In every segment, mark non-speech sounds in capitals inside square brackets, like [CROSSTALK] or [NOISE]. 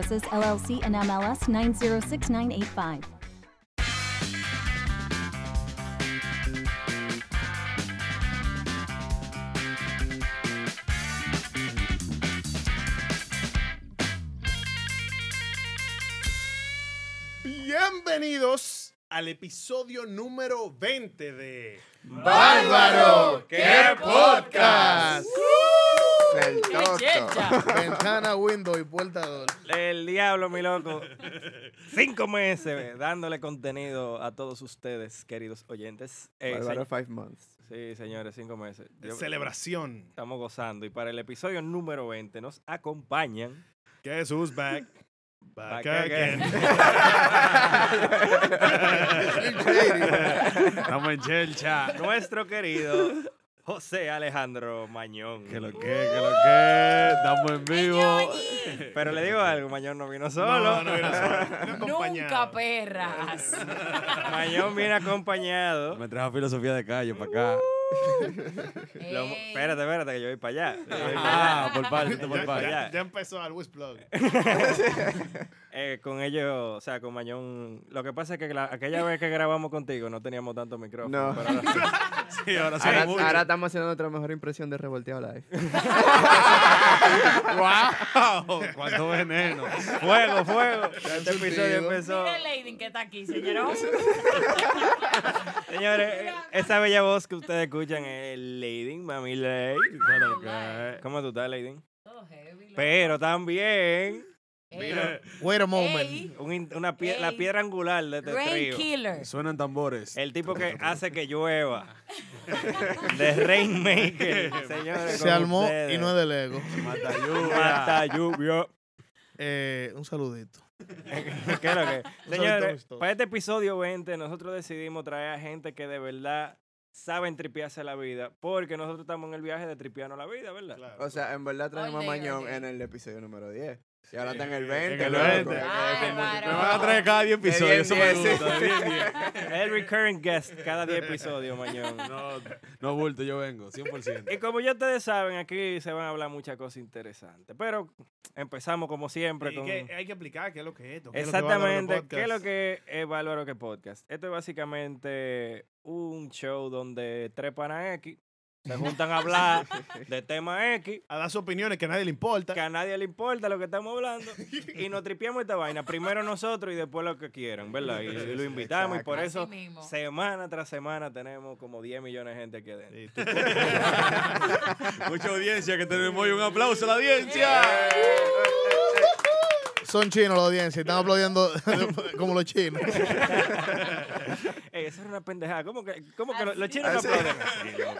LLC and MLS 906985. Bienvenidos al episodio número 20 de ¡Bárbaro! ¡Qué podcast! El Toto. Ventana, window y puerta door. El diablo, mi loco. Cinco meses eh, dándole contenido a todos ustedes, queridos oyentes. Eh, Bárbaro se- Five Months. sí, señores, cinco meses. Yo- celebración. Estamos gozando. Y para el episodio número 20 nos acompañan. Guess who's back? Back, Back again. again. Estamos en chelcha. Nuestro querido José Alejandro Mañón. Que lo que, que lo que. Estamos en vivo. Pero le digo algo, Mañón no vino solo. No, no era solo. Vino Nunca acompañado. perras. [LAUGHS] Mañón viene acompañado. Me trajo filosofía de calle para acá. Lo- Ey. espérate, espérate, que yo voy para allá. Yo voy para allá. Ah, por parte, Ya, por ya- parte. vaya. ya empezó al Wish Plug. Eh, con ellos, o sea, con Mañón. Lo que pasa es que la- aquella vez que grabamos contigo no teníamos tanto micrófono. No. pero ahora sí. Sí, ahora sí. Ahora, ahora estamos haciendo nuestra mejor impresión de Revolteado Live. ¡Wow! ¡Cuánto veneno! [LAUGHS] Fuego, fuego. Este episodio surtido. empezó. Mira el Lady que está aquí, señorón. Señores, eh, esa bella voz que ustedes escuchan es Lady, mami Lady. ¿Cómo tú estás, Lady? Todo heavy, loco. Pero también Ey, Wait a ey, un in- una pie- Ey. la piedra angular de este Rain trío. Killer. Suenan tambores. El tipo que hace que llueva. De [LAUGHS] Rainmaker. Señores, Se armó y no es del ego. Mata Mata lluvia. Eh, un saludito. [LAUGHS] ¿Qué es lo que? Un saludito Señores, gustoso. para este episodio 20 nosotros decidimos traer a gente que de verdad saben tripearse la vida, porque nosotros estamos en el viaje de tripearnos la vida, ¿verdad? O sea, en verdad trajimos Oye, a Mañón oye. en el episodio número 10. Y ahora está en el en 20. el loco. 20. Bárbaro. Me van a traer cada 10 episodios. De Eso 10, me 10. gusta. de 10, 10. El recurring guest cada 10 episodios, mañón. No, no bulto, yo vengo, 100%. Y como ya ustedes saben, aquí se van a hablar muchas cosas interesantes. Pero empezamos como siempre Y con... que hay que explicar qué es lo que es esto. qué es lo que va a hablar en el Exactamente, ¿qué es lo podcast. que es Bárbaro que Podcast? Esto es básicamente un show donde tres panas X se juntan a [LAUGHS] hablar de tema X, A dar sus opiniones que a nadie le importa. que a nadie le importa lo que estamos hablando, y nos tripiamos esta vaina, primero nosotros y después lo que quieran, ¿verdad? Y, y lo invitamos, y por Así eso mismo. semana tras semana tenemos como 10 millones de gente aquí adentro. Sí, tú- [LAUGHS] Mucha audiencia que tenemos hoy. Un aplauso a la audiencia. Eh, Son chinos la audiencia, están aplaudiendo [LAUGHS] como [LAUGHS] los chinos. Ey, Eh, eso es una pendejada. ¿Cómo que, cómo que lo- los Así. chinos no aplauden?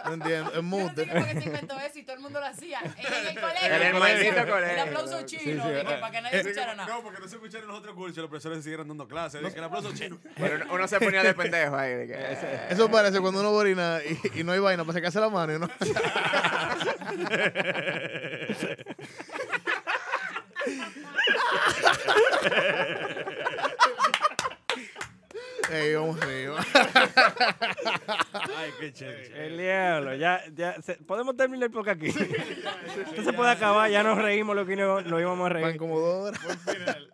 No entiendo, es Yo no sé mute. ni por qué se inventó eso y todo el mundo lo hacía. En [LAUGHS] el colegio. En el maldito colegio. El aplauso chino, digo, para que nadie escuchara nada. Eh, No, porque no se escucharon los otros cursos. Los profesores siguieron dando clases. Dicen que el aplauso chino. Pero uno- uno se ponía de pendejo ahí. de que, eh, Eso parece cuando uno borina y, y no hay vaina para sacarse la mano. y uno- [LAUGHS] Ey, vamos arriba. [LAUGHS] Ay, qué chévere. El diablo, ya, ya, se- podemos terminar el podcast aquí. Esto se puede acabar, ya nos reímos lo que no, no íbamos a Van reír. como dos horas.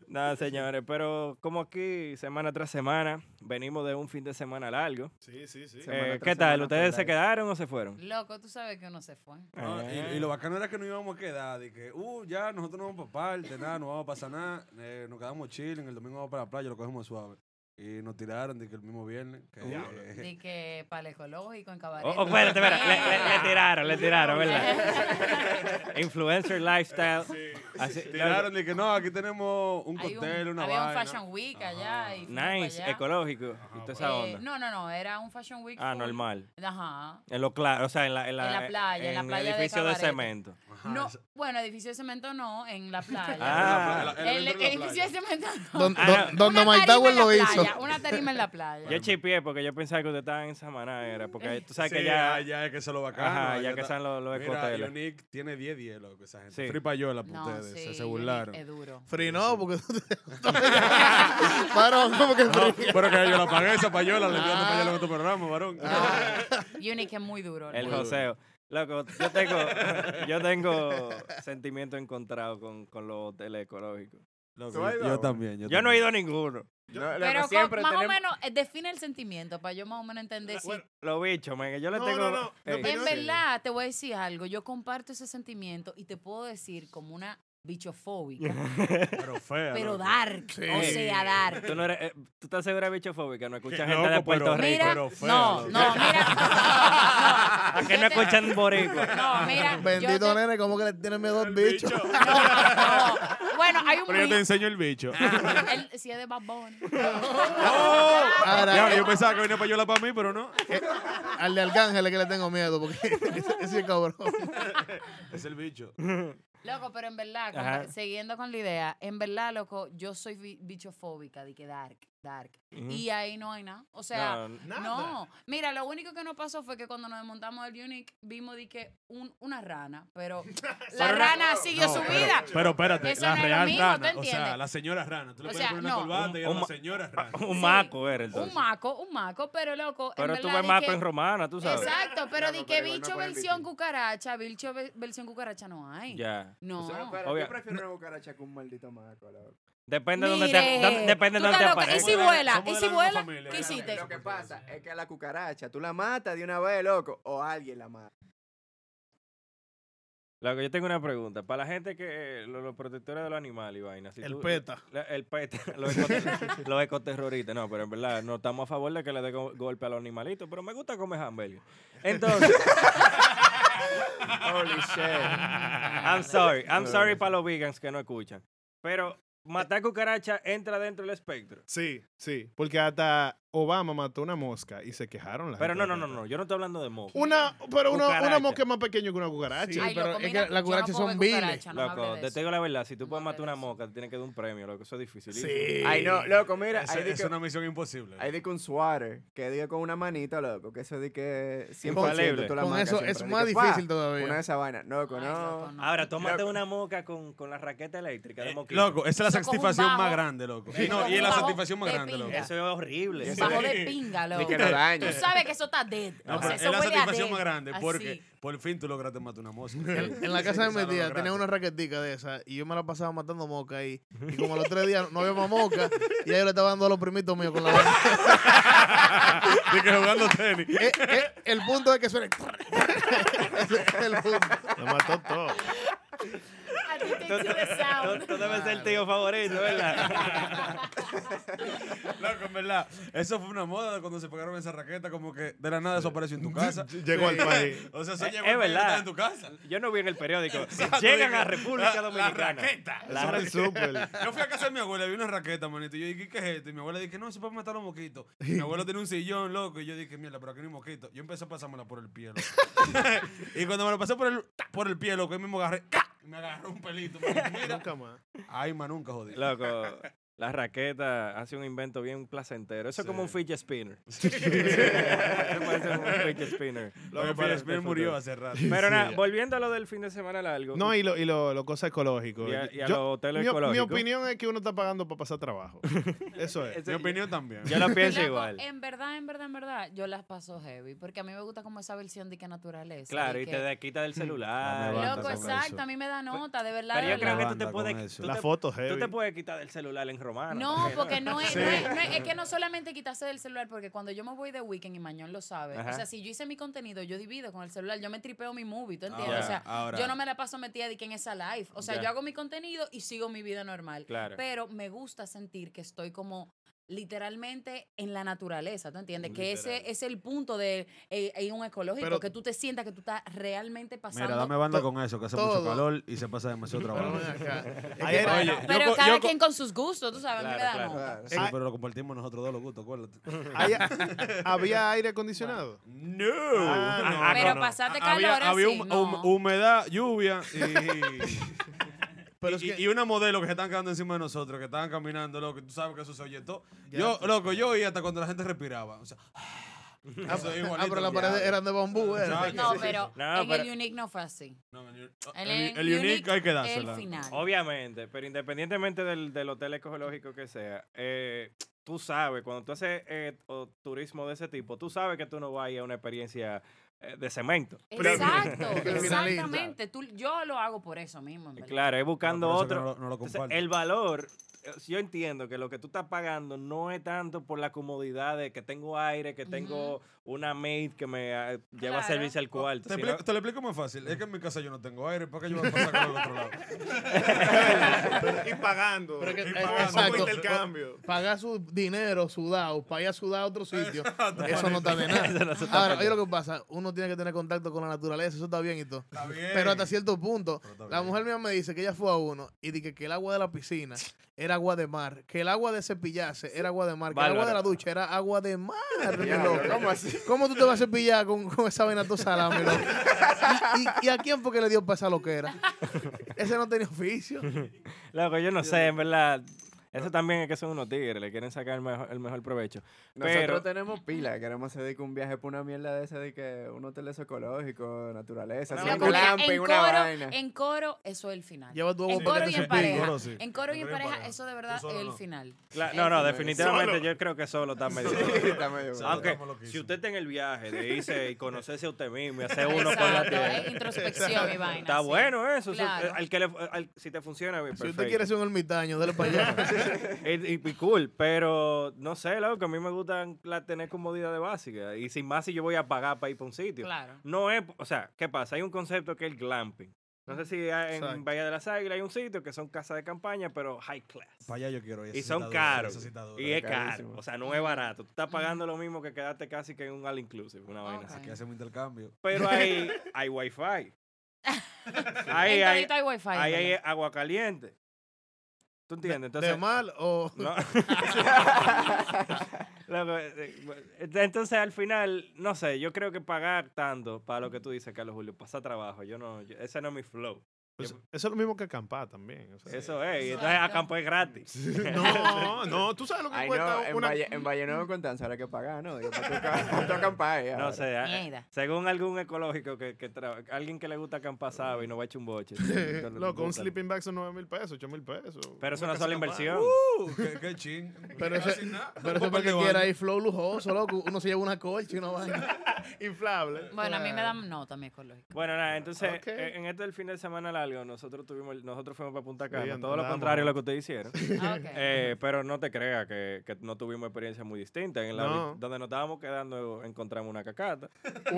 Nada, señores, pero como aquí, semana tras semana, venimos de un fin de semana largo. Sí, sí, sí. Semana Eh, tras ¿Qué tal? semana, ¿Ustedes se full life. quedaron o se fueron? Loco, tú sabes que uno se fue. No, Ah. y, y lo bacano era que no íbamos a quedar, de que, uh, ya, nosotros no vamos para parte, nada, no vamos a pasar nada, eh, nos quedamos chilling, el domingo vamos para la playa, lo cogemos suave. Y nos tiraron de que el mismo viernes. que- Diablo. eh, De que palecológico en Oh, cabaret. oh, espérate, espérate. Le, le- le tiraron, le tiraron, [LAUGHS] ¿verdad? Influencer lifestyle. Así- tiraron de que no, aquí tenemos un Hay un- cóctel, una Había vaina. un Fashion Week allá. Y fuimos Nice, para allá. ecológico. y toda esa Eh, onda. Pues no, no, no, era un Fashion Week. ah, full. normal. Ajá. En lo claro, o sea, en la, en la, En la playa, en la playa de el edificio de, Cabarete. cemento. No, bueno, edificio de cemento no, en la playa. Ah. En la pla- en la- en el el centro de la edificio de cemento no. Don, Ah, don- no. don Una Omar tarima Tower en la lo hizo. playa, Una tarima en la playa. Yo chipié porque yo pensaba que usted estaba en Samaná, era [LAUGHS] porque ahí- tú sabes Sí, que ya, ah, ya es que se lo bacano. ajá, ya, que está- están los, los Mira, escoteles. Yonick tiene 10 10 loco, esa gente. Sí. Fripayola para no, ustedes, se, sí, se burlaron. Es duro. Free no, porque. [LAUGHS] Paró, como que No, free. pero que yo la pagué esa payola, le enviando payola en otro programa, varón. Unique es muy duro. El loco. joseo. Loco, yo tengo, [LAUGHS] yo tengo sentimientos encontrados con, con los hoteles ecológicos. Loco, ¿Tú has yo, ido? yo también. Yo, Yo no he también. ido a ninguno. No, loco, Pero con- siempre más o tenemos- menos, eh, define el sentimiento para yo más o menos entender si. Bueno, Los bichos, man, que yo le No, tengo. eh, no, no, Ey, pero- en verdad, te voy a decir algo. Yo comparto ese sentimiento y te puedo decir como una bichofóbica, Pero fea. pero loco. dark. O sea, dark. Tú no eres, eh, tú estás segura de bichofóbica, no [LAUGHS] escuchas Qué gente de loco, Puerto pero- Rico. Mira, pero feo. no, no, mira. ¿A yo qué no te- escuchan boricua? No, mira. yo Bendito te- nene, ¿cómo que le tienen miedo al bicho? no. Bueno, hay un Pero yo te meme. enseño [LAUGHS] el bicho. El- si es de Bad Bunny. Ahora, Ya, Oh. yo pensaba que venía payola para mí, pero no. al de Arcángel es que le tengo miedo, porque [LAUGHS] ese, ese es cabrón. Es el bicho. Loco, pero en verdad, compa- Ajá. siguiendo con la idea, en verdad, loco, yo soy bi- bichofóbica, de que dark, dark. Y ahí no hay nada. O sea, No, no. nada. Mira, lo único que nos pasó fue que cuando nos desmontamos del Unique, vimos de que un, una rana, pero la rana siguió No, su pero- vida. Pero espérate, Eso la no es lo real mismo, rana. ¿tú O sea, entiendes? la señora rana. Tú le O puedes sea, poner una no. corbata y era Un la ma- señora rana. Un Sí, maco eres entonces. un maco, un maco, pero loco. en Pero tú verdad ves di maco que- en romana, tú sabes. Exacto, pero No, di no, que pero igual no bicho ponen versión bicho. cucaracha, bicho ve- versión cucaracha no hay. Ya. No. No, pero Obvio. yo prefiero una cucaracha que un maldito maco, loco. Depende de donde Mire, te, donde- depende tú de estás donde te loca. ¿Y si aparezca. vuela? ¿Y somos si de la misma vuela? familia, ¿Qué ya, hiciste? Lo que pasa es que a la cucaracha tú la matas de una vez, loco, o alguien la mata. Loco, yo tengo una pregunta. Para la gente que. Los, los protectores de los animales y vainas. si El tú- PETA. la- el PETA. [LAUGHS] Los, ecoter- los ecoterroristas. No, pero en verdad, no estamos a favor de que le dé go- golpe a los animalitos. Pero me gusta comer hamburguesas. Entonces. Holy shit. I'm sorry. I'm sorry para los vegans que no escuchan. Pero matar cucaracha entra dentro del espectro. Sí, sí. Porque hasta Obama mató una mosca y se quejaron las Pero no, no, no, no. Yo no estoy hablando de moco. Una, pero una, Cucaracha. una mosca es más pequeña que una cucaracha. Sí, pero es que las cucarachas son viles. Loco, te digo la verdad, si tú No puedes hable matar de una eso. moca, te tienes que dar un premio, loco, eso es difícil. Ay, no, loco, mira, Esa- ahí di Es que- una misión imposible. ahí di que un sweater, que diga con una manita, loco, que eso di que 100% Infalible. tú la Con marcas eso siempre. es Di más que, ¡pa! difícil todavía. Una de esas vainas, loco, no. Ahora, tómate Loco. una moca con, con la raqueta eléctrica de Eh, moquito. Loco, esa es la Eso coge un satisfacción más bajo. grande, loco. Sí, Y no, coge y es un la bajo satisfacción más de grande, loco. pinga. Eso es horrible. Eso Bajo de pinga, Ni loco. que lo dañe. [LAUGHS] Tú sabes que eso está dead. No, o pero sea, es eso la huele a satisfacción dead. más grande Así. porque por fin tú lograste matar una mosca. [LAUGHS] En la casa de mi tía tenía una raquetica de esa y yo me la pasaba matando moca ahí. Y como a los tres días no había más moca y ahí yo le estaba dando a los primitos míos con la mano. [LAUGHS] De que jugando tenis. [LAUGHS] Eh, eh, el punto es que suena. [LAUGHS] Ese es el punto. Lo mató todo. A ti te hizo the Tú, sound. tú debes ser el tío favorito, [LAUGHS] ¿verdad? Loco, en verdad. Eso fue una moda de cuando se pegaron esa raqueta, como que de la nada desapareció [LAUGHS] en tu casa. Llegó al país. O sea, eso Eh, Es- llegó es al país, verdad. estaba en tu casa. Yo no vi en el periódico. [LAUGHS] Exacto, Llegan dije, a República la- Dominicana. La raqueta. La Eso ra- era el súper. Yo fui a casa de mi abuela y vi una raqueta, manito. Y yo dije, ¿qué es esto? Y mi abuela dije, no, eso es para matar los moquitos. Y mi abuelo tenía un sillón, loco. Y yo dije, mierda, pero aquí no hay moquito. Yo empecé a pasármela por el [LAUGHS] pie, loco. y cuando me lo pasé por el, por el pie, loco, yo mismo agarré, ¡ca! y me agarró un pelito. [LAUGHS] manito. Mira. Nunca más. Ay, man, nunca jodí. Loco, la raqueta hace un invento bien placentero. Eso es como un fidget spinner. [LAUGHS] Eso parece como un fidget spinner. Loco, Para- pero Spears murió hace rato. Pero nada, volviendo a lo del fin de semana largo. [LAUGHS] No, y lo, y lo, lo cosa ecológico. Y a- y a Yo- los hoteles mi, mi ecológicos. opinión es que uno está pagando para [LAUGHS] pasar trabajo. Eso es. Mi opinión también. [LAUGHS] Yo lo pienso Loco, igual. En verdad, en verdad, en verdad, yo las paso heavy. Porque a mí me gusta como esa versión de que naturaleza. Claro, de y que- te de- quita del Ah, celular. me Loco, Levanta con exacto. eso. A mí me da nota, de verdad. Pero de yo creo verdad. que tú te Levanta con puedes. eso. tú La te- foto Tú heavy. te puedes quitar del celular en romano. No, porque no es, no es- Sí. no es- es que no solamente quitarse del celular, porque cuando yo me voy de weekend y Mañón lo sabe, Ajá. o sea, si yo hice mi contenido, yo divido con el celular, yo me tripeo mi movie, ¿tú entiendes? Ahora, o sea, ahora. yo no me la paso metida de que en esa live, o sea, Ah, Ya. yo hago mi contenido y sigo mi vida normal, Claro. pero me gusta sentir que estoy como literalmente en la naturaleza, ¿tú entiendes? Que ese Literal. es el punto de eh, eh, un ecológico, Pero- que tú te sientas que tú estás realmente pasando. Mira, dame banda to- con eso, que hace todo. mucho calor y se pasa demasiado Pero trabajo. ven acá. Ahí Ayer- era- Oye, yo pero co- cada yo co- quien con sus gustos, tú sabes, a mí me da Claro, nota. Claro. Sí, Ah. pero lo compartimos nosotros dos, los gustos, acuérdate. Hay- ¿Había aire acondicionado? No. Ah, no. Ah, Pero no, no. pasaste Ah, había, calor había así, hum- no. hum- humedad, lluvia [LAUGHS] y, Pero y, es que- y una modelo que se están quedando encima de nosotros, que estaban caminando, loco, y tú sabes que eso se oye todo. Ya Yo, tú loco, yo oí hasta cuando la gente respiraba. O sea, [LAUGHS] Ah, eso es ah, pero igualito. las paredes eran de bambú, era. Exacto. No, Sí, sí, pero sí. No, en el pero- Unique no fue así. No, el, En el- el unique hay que dársela. El final. Obviamente, pero independientemente del, del hotel ecológico que sea, eh, tú sabes, cuando tú haces eh, o- turismo de ese tipo, tú sabes que tú no vas a ir a una experiencia eh, de cemento. [LAUGHS] Exacto, Pero- exactamente. Tú, yo lo hago por eso mismo. en verdad. Claro, es buscando No, por eso otro. que no lo- no lo Entonces, comparto. el valor, eh, yo entiendo que lo que tú estás pagando no es tanto por la comodidad de que tengo aire, que tengo una maid que me ah, lleva Claro. servicio al cuarto. Te, sino- explico- te lo explico más fácil. Es que en mi casa yo no tengo aire, ¿para qué yo voy a pasar calor al otro lado? [LAUGHS] y pagando. Pero que- Y eh, pagando. exacto. Como intercambio. Pagar su dinero sudado para ir a sudar a otro sitio, eso no está de nada. Ahora, oye lo que pasa, uno tiene que tener contacto con la naturaleza, eso está bien y todo. Está bien. Pero hasta cierto punto, Pero está la bien. mujer mía me dice que ella fue a uno y dije que el agua de la piscina era agua de mar, que el agua de cepillarse era agua de mar, que el agua de la Bárbaro. ducha era agua de mar. mi Ya, loco. pero ¿cómo así? ¿Cómo tú te vas a cepillar con, con esa vaina tu salami, [LAUGHS] loco? ¿Y, y, y a quién fue que le dio pesa lo que era? Ese no tenía oficio. Loco, yo no sé, en verdad. Eso también es que son unos tigres, le quieren sacar el mejor, el mejor provecho. Nosotros Pero- tenemos pila, queremos hacer de que un viaje por una mierda de esa de que un hotel es ecológico, naturaleza, No, así, Loco, un mira, glamping, en, una coro, vaina. en coro, eso es el final. Lleva tu agua en un coro paquete y de en cepillo, pareja. coro sí. En coro y En en coro y en pareja, pareja. eso de Tú verdad es solo el no. final. Cla- Eso no, no, es. definitivamente yo creo que solo está medio. Sí, está medio bueno. Sí. Aunque, Aunque estamos loquísimos. si usted está en el viaje de irse y [LAUGHS] conocerse a usted mismo y hacer uno Exacto, con la tierra. es introspección y vaina. Está sí. bueno eso. eso- Claro. al que le- al- si te funciona, bien, Si perfecto. usted quiere ser un ermitaño, dale [LAUGHS] para allá. Y, y- y cool, pero no sé, loco, a mí me gustan la, tener comodidades básicas. Y sin más, si yo voy a pagar para ir para un sitio. Claro. No es, o sea, ¿qué pasa? Hay un concepto que es el glamping. No sé si hay- Exacto. en Bahía de las Águilas hay un sitio que son casas de campaña, pero high class. Para allá yo quiero ir. Y esa son cita dura, caros. esa cita dura. Y es caro. carísimo. O sea, no es barato. Tú estás pagando lo mismo que quedarte casi que en un all inclusive, una vaina así. Ok. Que hacemos intercambio. Pero [LAUGHS] ahí hay wifi. Ahí hay, en Torito hay wifi. ahí hay ¿verdad? agua caliente. ¿Tú entiendes? Entonces, ¿De mal o...? [LAUGHS] [LAUGHS] no. [LAUGHS] Loco, eh, bueno, ent- entonces al final, no sé, yo creo que pagar tanto para lo que tú dices, Carlos Julio, pasa trabajo. Yo no, yo- ese no es mi flow. Pues, eso es lo mismo que acampar también. o sea. Eso es. y entonces acampo es gratis. [LAUGHS] No, no, tú sabes lo que Ay, cuesta no, en, una. [LAUGHS] Valle, en Valle Nuevo con Tanzara hay que pagar, ¿no? Digo, pues, para tu ca- tu acampar ahí [LAUGHS] No ahora. sé, ah, Mierda. según algún ecológico que, que tra- alguien que le gusta acampar sabe y no va a echar un [LAUGHS] boche. Loco, un sleeping bag son 9 mil pesos, 8 mil pesos. Pero es una casa sola normal. inversión. [LAUGHS] Uh, qué, qué ching. Pero eso, Casi nada. pero Un eso es porque papel de quiera baño. ir flow lujoso, loco. Uno se lleva una colcha y una vaina. [LAUGHS] Inflable. Bueno, a mí me dan nota mi ecológico. Bueno, nada, entonces Ok. eh, en este del fin de semana largo, nosotros tuvimos, el- nosotros fuimos para Punta Cana, Bien, todo lo andamos contrario a lo juntos. que ustedes [LAUGHS] hicieron. Ah, ok. Eh, pero no te creas que, que no tuvimos experiencias muy distintas. En la, No. Donde nos estábamos quedando encontramos una cacata. Mierda. Tú Un,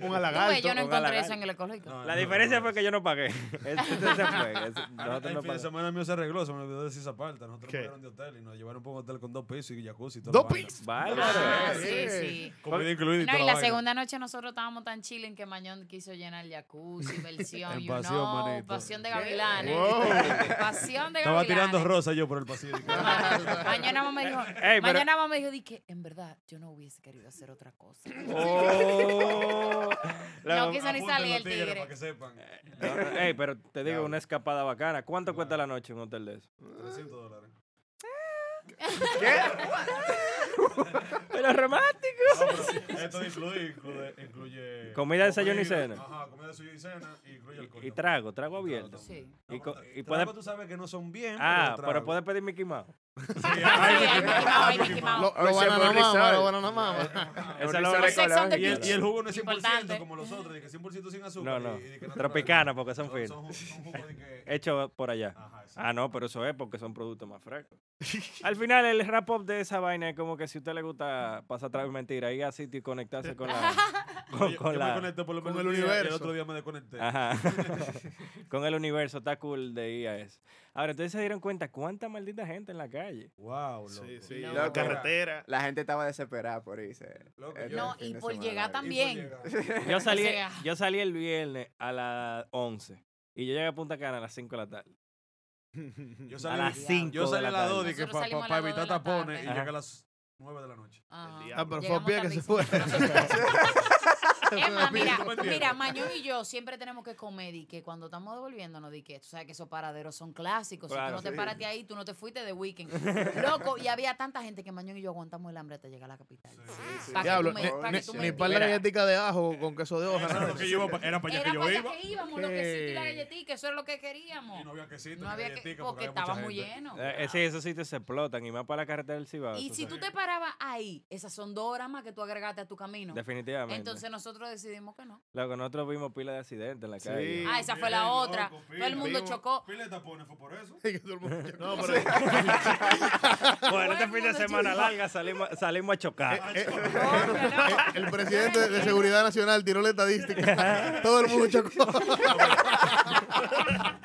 [LAUGHS] ves, halagarto. yo no Ojalá encontré gane. eso en el ecológico. No, La no, diferencia no, fue no. que yo no pagué. [LAUGHS] Ese- ese fue. Ese- [LAUGHS] Ah, nosotros El no fin de pagamos. semana mío se arregló, se me olvidó decir esa parte. Nosotros ¿Qué? nos dieron de hotel y nos llevaron por un hotel con dos pisos y jacuzzi. y toda la Dos vaina. [LAUGHS] pisos. Bárbaro. Ah, Claro. sí, sí. Comida incluida y No, toda y la vaina. segunda noche nosotros estábamos tan chilling que Mañón quiso llenar el jacuzzi, versión, En you pasión, know, manito. pasión de gavilanes. Wow. [LAUGHS] Pasión de Estaba gavilanes. tirando rosa yo por el pasillo. [LAUGHS] "Ah, Mañana mamá me dijo, Ey, pero- mañana mamá me dijo, di que en verdad yo no hubiese querido hacer otra cosa. Oh. No Luego- quise ni salir el tigre. Para que sepan. No, no, ey, pero te digo, Diablo. una escapada bacana. ¿Cuánto cuesta la noche en un hotel de eso? 300 dólares. Pero romántico. No, pero esto incluye, incluye, incluye Comida, desayuno y cena. Ajá, comida, desayuno y cena. Y incluye alcohol. Y también. trago, trago abierto. Trago Sí. No, Y co- pero y trago puede- tú sabes que no son bien. Ah, trago. pero puedes pedir Mickey Mouse. Sí, Sí, ay, hay Mickey Mouse, hay Mickey Lo, Mouse. lo Hoy se banana fue mama, Rizal. lo banana [LAUGHS] mama. Eso Un lo- resort Los sex on the Y el, y el beach. ecológico. jugo no es 100% Importante. como los otros, de que 100% sin No, azúcar. no. y- y de que no te Tropicana, porque son tragan. finos. Son, son jugos de que. Hecho por allá. Ajá, exacto. Ah, no, pero eso es porque son productos más frescos. Al final, el wrap up de esa vaina es como que si a usted le gusta pasar atrás mentira, ir a sitio y conectarse con la. [LAUGHS] Con, Yo- con yo me la- conecté por lo con menos el un día, y universo. el otro día me desconecté. Ajá. [LAUGHS] [LAUGHS] con el universo, está cool de ir a eso. Ahora, ustedes se dieron cuenta cuánta maldita gente en la calle. Wow, loco. Sí, sí. No. La Loco. [LAUGHS] carretera. La gente estaba desesperada por irse. Loco, este yo- No, fin y de por semana. llegar Y- también. [LAUGHS] Yo salí, sea. yo salí el viernes a las 11 y yo llegué a Punta Cana a las 5 de la tarde. Yo A salí las 5 Yo salí a las 2 tarde. dije, Nosotros para salimos a las evitar dos de la tarde. tapones y Ajá. llegué a las 9 de la noche. Ajá. diablo. Ah, pero fue Llegamos Pía que se fue. tardísimo. [LAUGHS] [LAUGHS] Emma, mira, ¿Tú me entiendes? mira, Mañón y yo siempre tenemos que comer y que cuando estamos devolviéndonos, di que tú sabes que esos paraderos son clásicos. si Claro, tú no te sí. paraste ahí, tú no te fuiste de weekend. [LAUGHS] Loco, y había tanta gente que Mañón y yo aguantamos el hambre hasta llegar a la capital. Pa' que Diablo, tú me- ni- pa' que ni, tú ni me par de entiendas. galletitas de ajo con queso de hoja. [LAUGHS] Eso era nada. lo que yo iba pa- era para allá Era que yo para allá iba. que íbamos, los ¿Qué? quesitos y la galletica, eso era lo que Y queríamos. no había quesito, No había que, porque había mucha estaba muy gente. lleno. Eh, eh, sí, esos sitios se explotan y más para la carretera del Cibao. Y eso si sí. tú te parabas ahí, esas son dos horas más que tú agregaste a tu camino. Definitivamente. Entonces nosotros decidimos que no. Loco, nosotros vimos pila de accidentes en la Sí. calle. Ah, esa fue la Bien, otra. loco, Todo el mundo pila. chocó. Pila de tapones fue por eso. Y que todo el mundo- No, pero Bueno, Todo este el fin de mundo semana chocó. larga salimos, salimos a chocar. Eh, [LAUGHS] Coño, no. El presidente de Seguridad Nacional tiró la [LAUGHS] estadística. Todo el mundo chocó. eh.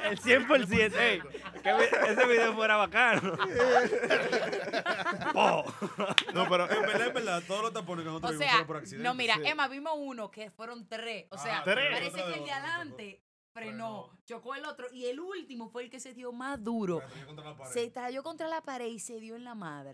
El 100%. ey, que vi- ese video fuera bacano. Po. No, pero en verdad, en verdad, todos los tapones que O nosotros vimos sea, fueron por accidente. no, mira, Sí. Emma, vimos uno que fueron tres. O Ah, sea, tres. parece Otra que de el de otro, otro. adelante frenó, chocó el otro y el último fue el que se dio más duro. Me atreví contra la pared. Se estalló contra la pared y se dio en la madre.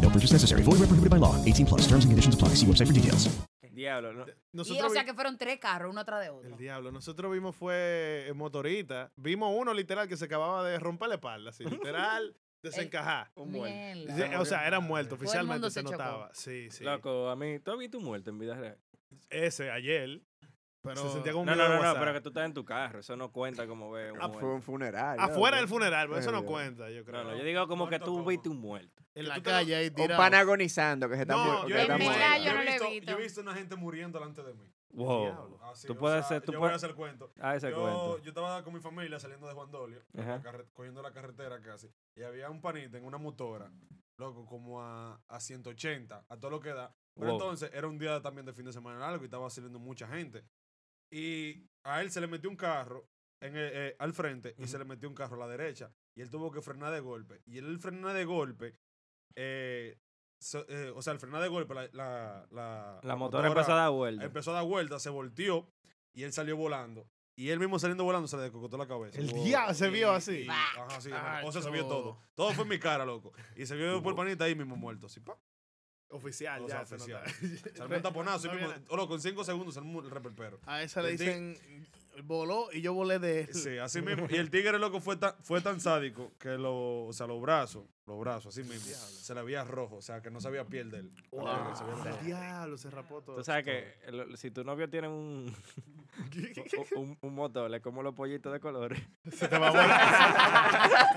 No purchase necessary. Void where prohibited by law. 18 plus. Terms and conditions apply. See website for details. Diablo, no. Y, nosotros o sea vi- que fueron tres carros, uno atrás de El otro. diablo, nosotros vimos fue eh, motorita. Vimos uno literal que se acababa de romper la espalda, así, literal, desencajar. Mierda. Sí, o sea, era muerto, mundo oficialmente se se, chocó. notaba. Sí, sí. Loco, a mí, ¿tú has visto un muerto en vida real? Ese ayer. Pero... Se sentía como un No, no, video no, de no, WhatsApp. pero que tú estás en tu carro, eso no cuenta como ver un Ah, Fue muerto. un funeral. Afuera del loco. funeral, pero eso no Ay, cuenta, yo creo. No, no, yo digo como que Muerto tú como. viste un muerto. En Que la tú te lo- calle ahí Un tirado. pan agonizando que se está No, muriendo. yo que he está visto- muerto. verdad, yo no lo he Yo visto. he visto una gente muriendo delante de mí. Wow. Diablo. Oh. Así, Tú o puedes sea, hacer- tú yo voy puedes- a hacer el cuento. Ah, ese yo, cuento. yo estaba con mi familia saliendo de Juan Dolio, en la carre- cogiendo la carretera casi, y había un panita en una motora, loco, como a, a 180, a todo lo que da. Pero Wow. entonces era un día también de fin de semana largo y estaba saliendo mucha gente. Y a él se le metió un carro en el- eh, al frente y se le metió un carro a la derecha. Y él tuvo que frenar de golpe. Y él frenar de golpe, eh, so- eh, o sea, al frenar de golpe, la, la, la, La motora empezó a dar vueltas. Empezó a dar vueltas, se volteó y él salió volando. Y él mismo saliendo volando se le descocotó la cabeza. El Wow. diablo se Y- vio así. y- ajá, sí, hermano. o sea, se vio Acho. todo. Todo fue en mi cara, loco. Y se vio por el panita ahí mismo muerto. Así, pa. Oficial, O sea, ya. se oficial. notaba. Se [LAUGHS] armó un taponazo. No ahí mismo. había O loco, en cinco segundos se armó el reperpero. A esa le El di- dicen voló y yo volé de él. Sí, así mismo. Y el tigre, loco, fue tan, fue tan sádico que lo, o sea, los brazos, los brazos, así mismo, se le veía rojo. O sea, que no se veía piel de él. Se veía rojo. [LAUGHS] El diablo se rapó todo. Tú sabes que lo- si tu novio tiene [LAUGHS] un, un, un- un motor, es como los pollitos de [LAUGHS] colores. Se te va a volar.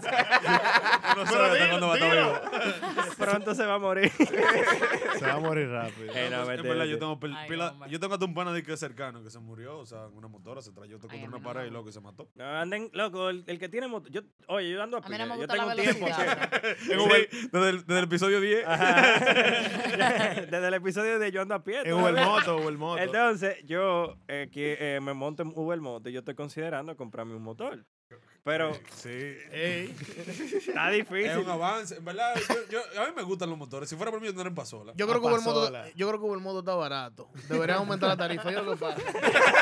No Pero sabe hasta dilo, cuándo va a estar dilo. vivo. Pronto se va a morir. [LAUGHS] se va a morir rápido. Eh, no, Pues, en vete, verdad, yo vete. tengo, pel- Ay, pila- hombre. yo tengo hasta un pana de que cercano que se murió, o sea, en una motora, se trayó todo Ay, a contra mí una no me pared y gusta. loco y se mató. No, anden, loco, el, el que tiene motor. Yo, oye, yo ando a A mí no pie, me Yo gusta tengo la un tiempo [LAUGHS] velocidad. que. En Uber- desde, el, desde el episodio 10. Ajá. [LAUGHS] Desde el episodio de Yo ando a pie. En tú Uber sabes. Moto, Uber Moto. Entonces, yo eh, que, eh, me monto en Uber Moto y yo estoy considerando comprarme un motor. Pero Sí. Ey, está Es difícil. un avance. En verdad, yo- yo- a mí me gustan los motores. Si fuera por mí, yo tendría en pasola. [LAUGHS] Yo creo, que Uber Moto, Papasola. yo creo que Uber Moto está barato. Deberían aumentar la tarifa. Yo lo que pasa.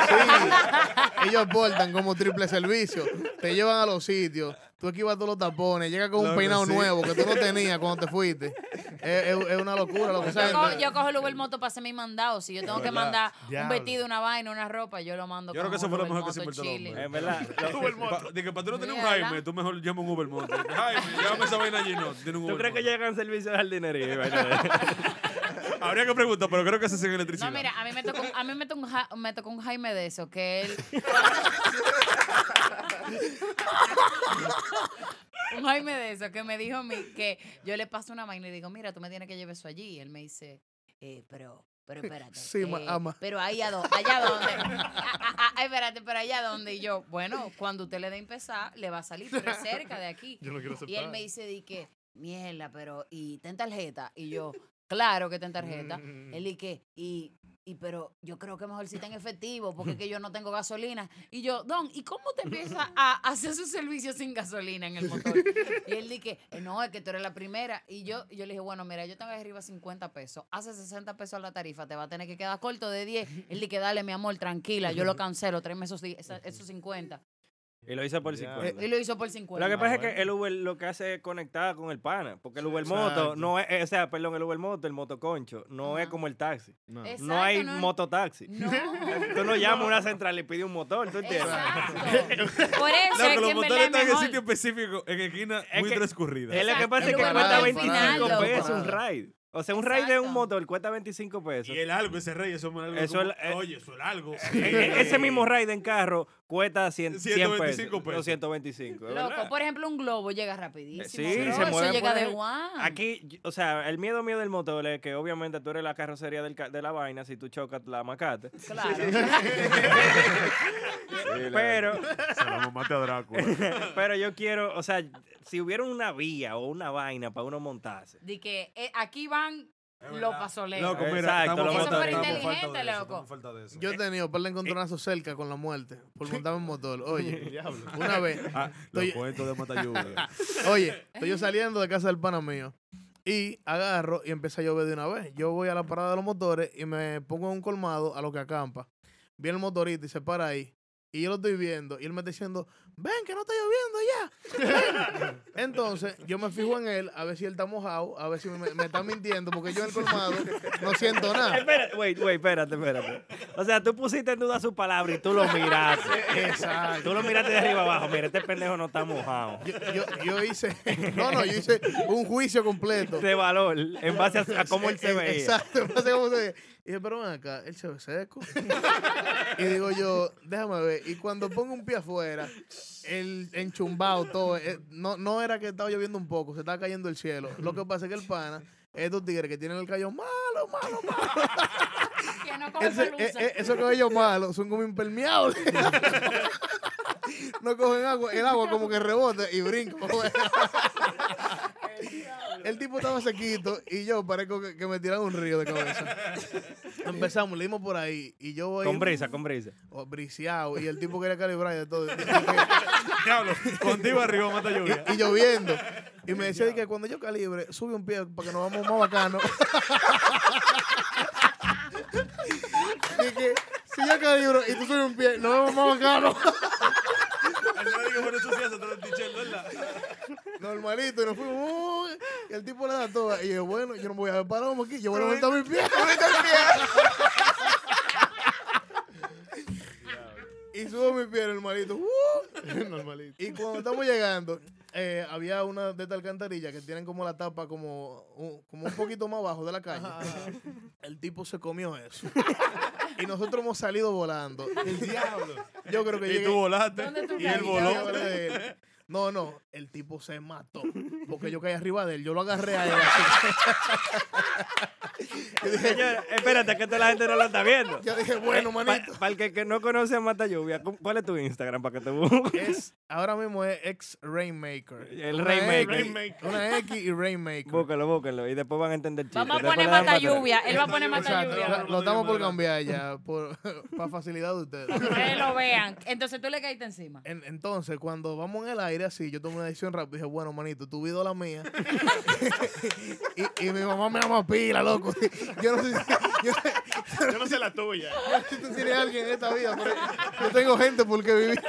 Sí. Ellos aportan como triple servicio. Te llevan a los sitios. Tú esquivas todos los tapones. Llegas con un Loco, peinado sí. nuevo que tú no tenías cuando te fuiste. Es, es- es una locura lo [LAUGHS] que Yo cojo, sabes. yo cojo el Uber Moto para hacer mi mandado. Si yo tengo que ¿Verdad? mandar un Diablo. vestido, una vaina, una ropa, yo lo mando Yo creo con que eso un fue lo Uber mejor que Moto se inventó el Chile. hombre. En verdad. lo- [LAUGHS] Pa- de que para tú no tener un Sí, ¿verdad? Jaime, tú mejor llama un Uber Moto. Dije, [LAUGHS] Jaime, llámame esa vaina allí. No, tiene un ¿Tú Uber crees que Moto. llegan servicios de jardinería? y vaina de- Habría que preguntar, pero creo que se hace en electricidad. No, mira, a mí me tocó, a mí me tocó, un, Ja- me tocó un Jaime de eso, [LAUGHS] que él... un Jaime de eso, que me dijo a mí que yo le paso una vaina y digo, mira, tú me tienes que llevar eso allí. Y él me dice... eh, pero, pero espérate. Sí, ma- eh, ama. Pero ahí a do- allá donde. a- a- a- espérate, pero allá donde. Y yo, bueno, cuando usted le dé a empezar, le va a salir, pero es cerca de aquí. Yo no quiero Y él aceptar. me dice, di que, mierda, pero, ¿y ten tarjeta? Y yo, claro que ten tarjeta. Mm. él y que, y, y, pero yo creo que mejor si está en efectivo, porque es que yo no tengo gasolina. Y yo, Don, ¿y cómo te [LAUGHS] empieza a hacer su servicio sin gasolina en el motor? Y él dije, eh, no, es que tú eres la primera. Y yo, yo le dije, bueno, mira, yo tengo ahí arriba 50 pesos. Hace 60 pesos la tarifa, te va a tener que quedar corto de 10. Él dije, dale, mi amor, tranquila, yo [LAUGHS] lo cancelo, tráeme esos, di- esa- esos 50. [LAUGHS] Y lo hizo por 50. Y lo hizo por 50. Eh, Lo que pasa es que el Uber lo que hace es conectar con el pana, porque el Uber moto Exacto. no es, eh, o sea, perdón, el Uber moto, el motoconcho, no es como el taxi. No, Exacto, hay no- mototaxi. Tú no llamas a una central y pides un motor, ¿tú entiendes? Por eso Loco, es que los en verdad motores es están en mejor. sitio específico, en esquina muy que- transcurrida. Es lo que pasa es que Exacto. cuesta El Uber 25 parado, pesos un parado. ride. O sea, un ride de un motor cuesta 25 pesos. Y el algo, ese rey, eso es algo. Eso como- es la- eh, oye, eso es [LAUGHS] algo. E- e- Ese [LAUGHS] mismo ride en carro cuesta 100, 125 pesos. 225, Loco, es verdad. pues, por ejemplo, un globo llega rapidísimo. Eh, Sí, bro, se mueve. Eso llega por de ahí. Juan. ah. Aquí, y- o sea, el miedo mío del motor es que obviamente tú eres la carrocería del ca- de la vaina, si tú chocas la macate. Claro. [LAUGHS] [LAUGHS] Pero. Se lo mate a [LAUGHS] Drácula. Pero yo quiero, o sea, si hubiera una vía o una vaina para uno montarse. De que eh, aquí van los pasoleros. Loco, mira, Exacto, estamos los falta Eso de fue eso, estamos inteligente, loco. Yo he tenido par de encontronazos cerca con la muerte por montarme en motor. Oye, Diablo. una vez. Ah, los estoy- cuentos de Matayuga. Oye, estoy yo saliendo de casa del pana mío y agarro y empieza a llover de una vez. Yo voy a la parada de los motores y me pongo en un colmado a lo que acampa. Viene el motorista y se para ahí. Y yo lo estoy viendo y él me está diciendo, ven que no está lloviendo ya. ven". Entonces yo me fijo en él a ver si él está mojado, a ver si me, me está mintiendo, porque yo en el colmado no siento nada. Espérate, wait, wait, espérate, espérate. O sea, tú pusiste en duda su palabra y tú lo miraste. Exacto. Tú lo miraste de arriba abajo. Mira, este pendejo no está mojado. Yo, yo hice, [LAUGHS] no, no, yo hice un juicio completo. De valor, en base [LAUGHS] a, a cómo él se Eh, veía. Exacto, [LAUGHS] en base a cómo se veía. Y dije, pero ven acá, él se ve seco. [LAUGHS] y digo yo, déjame ver. Y cuando pongo un pie afuera, el enchumbado todo, eh, no, no era que estaba lloviendo un poco, se estaba cayendo el cielo. Lo que pasa es que el pana, estos tigres que tienen el cayón malo, malo, malo. Que no Ese- eh, eh, esos cabellos malos son como impermeables. no cogen agua, el agua como que rebota y brinca. El tipo estaba sequito y yo parezco que, que me tiraron un río de cabeza. Empezamos, le dimos por ahí y yo voy. Con brisa, con brisa. Oh, briseado, y el tipo quería calibrar y de todo. Diablo, contigo arriba mata lluvia. [LAUGHS] Y, y lloviendo. Y me decía de que cuando yo calibre, sube un pie para que nos vamos más bacano. [LAUGHS] Y que si yo calibro y tú subes un pie, nos vemos más bacano. Al final digo, por eso sí hace todo el tichel, ¿verdad? Normalito, y nos fuimos. uy, y el tipo le da toda. Y yo, bueno, yo no me voy a ver parado aquí, yo voy a levantar mi pie. Y subo mi pie, normalito. ¡uh! Y cuando estamos llegando, eh, había una de estas alcantarillas que tienen como la tapa como un, como un poquito más abajo de la calle. El tipo se comió eso. Y nosotros hemos salido volando. El diablo. Yo creo que Y llegué- tú volaste, ¿Dónde tú y él caíste? voló. Yo hablé de él. No, no, el tipo se mató. Porque yo caí arriba de él. Yo lo agarré a él. [LAUGHS] Señora, espérate, que esto la gente no lo está viendo. Yo dije, bueno, manito. Para el que, que no conoce a Mata Lluvia, ¿cu- ¿cuál es tu Instagram para que te busque? [LAUGHS] Es, ahora mismo es ex Rainmaker. El Una Rainmaker. X- Una X y Rainmaker. Búsquelo, búsquelo. Y después van a entender chiste. Vamos a Después poner le dan Mata para atrás. Lluvia, él va a poner Mata Exacto, Lluvia. lo- Lo estamos por cambiar ya, por, [LAUGHS] para facilidad de ustedes. Ustedes lo vean. Entonces tú le caíste encima. En- entonces, cuando vamos en el aire así, yo tomé una decisión rápida. Dije, bueno, manito, tú vido la mía. [LAUGHS] [LAUGHS] y, y mi mamá me ama pila, loco. [LAUGHS] Yo no sé, yo, Yo no sé la tuya. si tú tienes alguien en esta vida, pero yo tengo gente por qué vivir.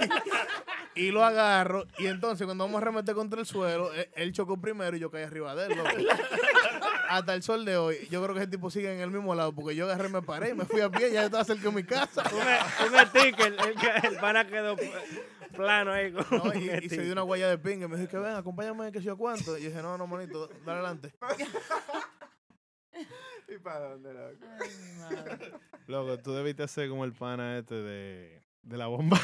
Y lo agarro. Y entonces, cuando vamos a remeter contra el suelo, e- él, chocó primero y yo caí arriba de él, loco. Hasta el sol de hoy, yo creo que ese tipo sigue en el mismo lado, porque yo agarré, me paré y me fui a pie. Ya yo estaba cerca de mi casa. Un sticker, el, que- el pana quedó eh, plano ahí. Con No, un y, y se sticker. dio una guaya de pingue. Me dijo que ven, acompáñame, que sé yo cuánto. Y yo dije, no, no, monito, dale adelante. ¿Y para dónde, loco? Loco, tú debiste hacer como el pana este de, de la bomba.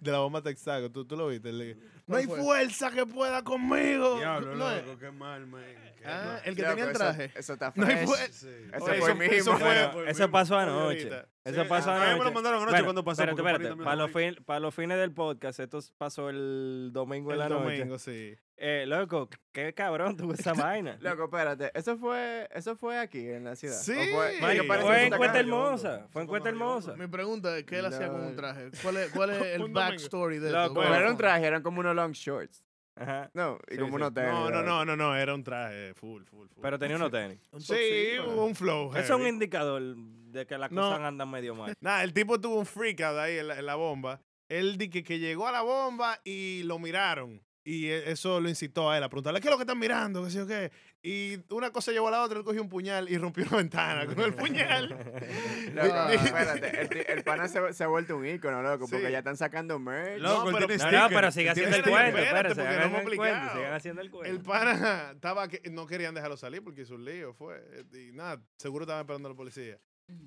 de la bomba Texaco. ¿Tú, tú lo viste? El- no hay fue? fuerza que pueda conmigo. Diablo, No, ah, loco, qué mal, man. qué mal. el que tenía pues, el traje. [LAUGHS] No hay fue- Eso Oye, fue eso- eso fue- Bueno, fue eso mismo. pasó Oye, anoche. ahorita. Eso Sí, pasó a- a mí anoche. me lo mandaron anoche Bueno, cuando pasó, Espérate, porque por ahí espérate. también Para lo los, fin- para los fines del podcast, esto pasó el domingo en El la noche. domingo, sí. Eh, loco, qué cabrón tuvo esa vaina. Loco, espérate. Eso fue, eso fue aquí en la ciudad. Sí. ¿O fue, Marico, Yo parece fue en Punta Cuesta Cana. Hermosa. Fue en Cuesta Hermosa. Mi pregunta es, ¿qué él hacía con un Lol. traje? ¿Cuál es, cuál es el backstory de Loco, esto? pero era un traje, eran como unos long shorts. Ajá. No, y Sí, como sí. unos tenis. No, no, loco. no, no, no, era un traje full, full, full. Pero tenía unos tenis. Un Sí, tuxedo. hubo un flow. Eso es un indicador de que las No. cosas andan medio mal. Nada, el tipo tuvo un freak out ahí en la, en la bomba. Él di que, que llegó a la bomba y lo miraron. Y e- eso lo incitó a él a preguntarle, ¿qué es lo que están mirando? ¿Qué sé yo qué? Y una cosa llevó a la otra, él cogió un puñal y rompió una ventana con el [LAUGHS] puñal. [LAUGHS] Loco, Ah, espérate. El, ti- el pana se, se ha vuelto un ícono, loco, porque ya están sacando merch. Loco, él tiene No, no, sticker. pero sigue haciendo Tiene el sticker. cuento, Espérate, espérate, porque no hagan hemos el explicado. cuento, sigan haciendo el cuento. El pana estaba que no querían dejarlo salir porque hizo un lío, fue. Y nada, seguro estaban esperando a la policía.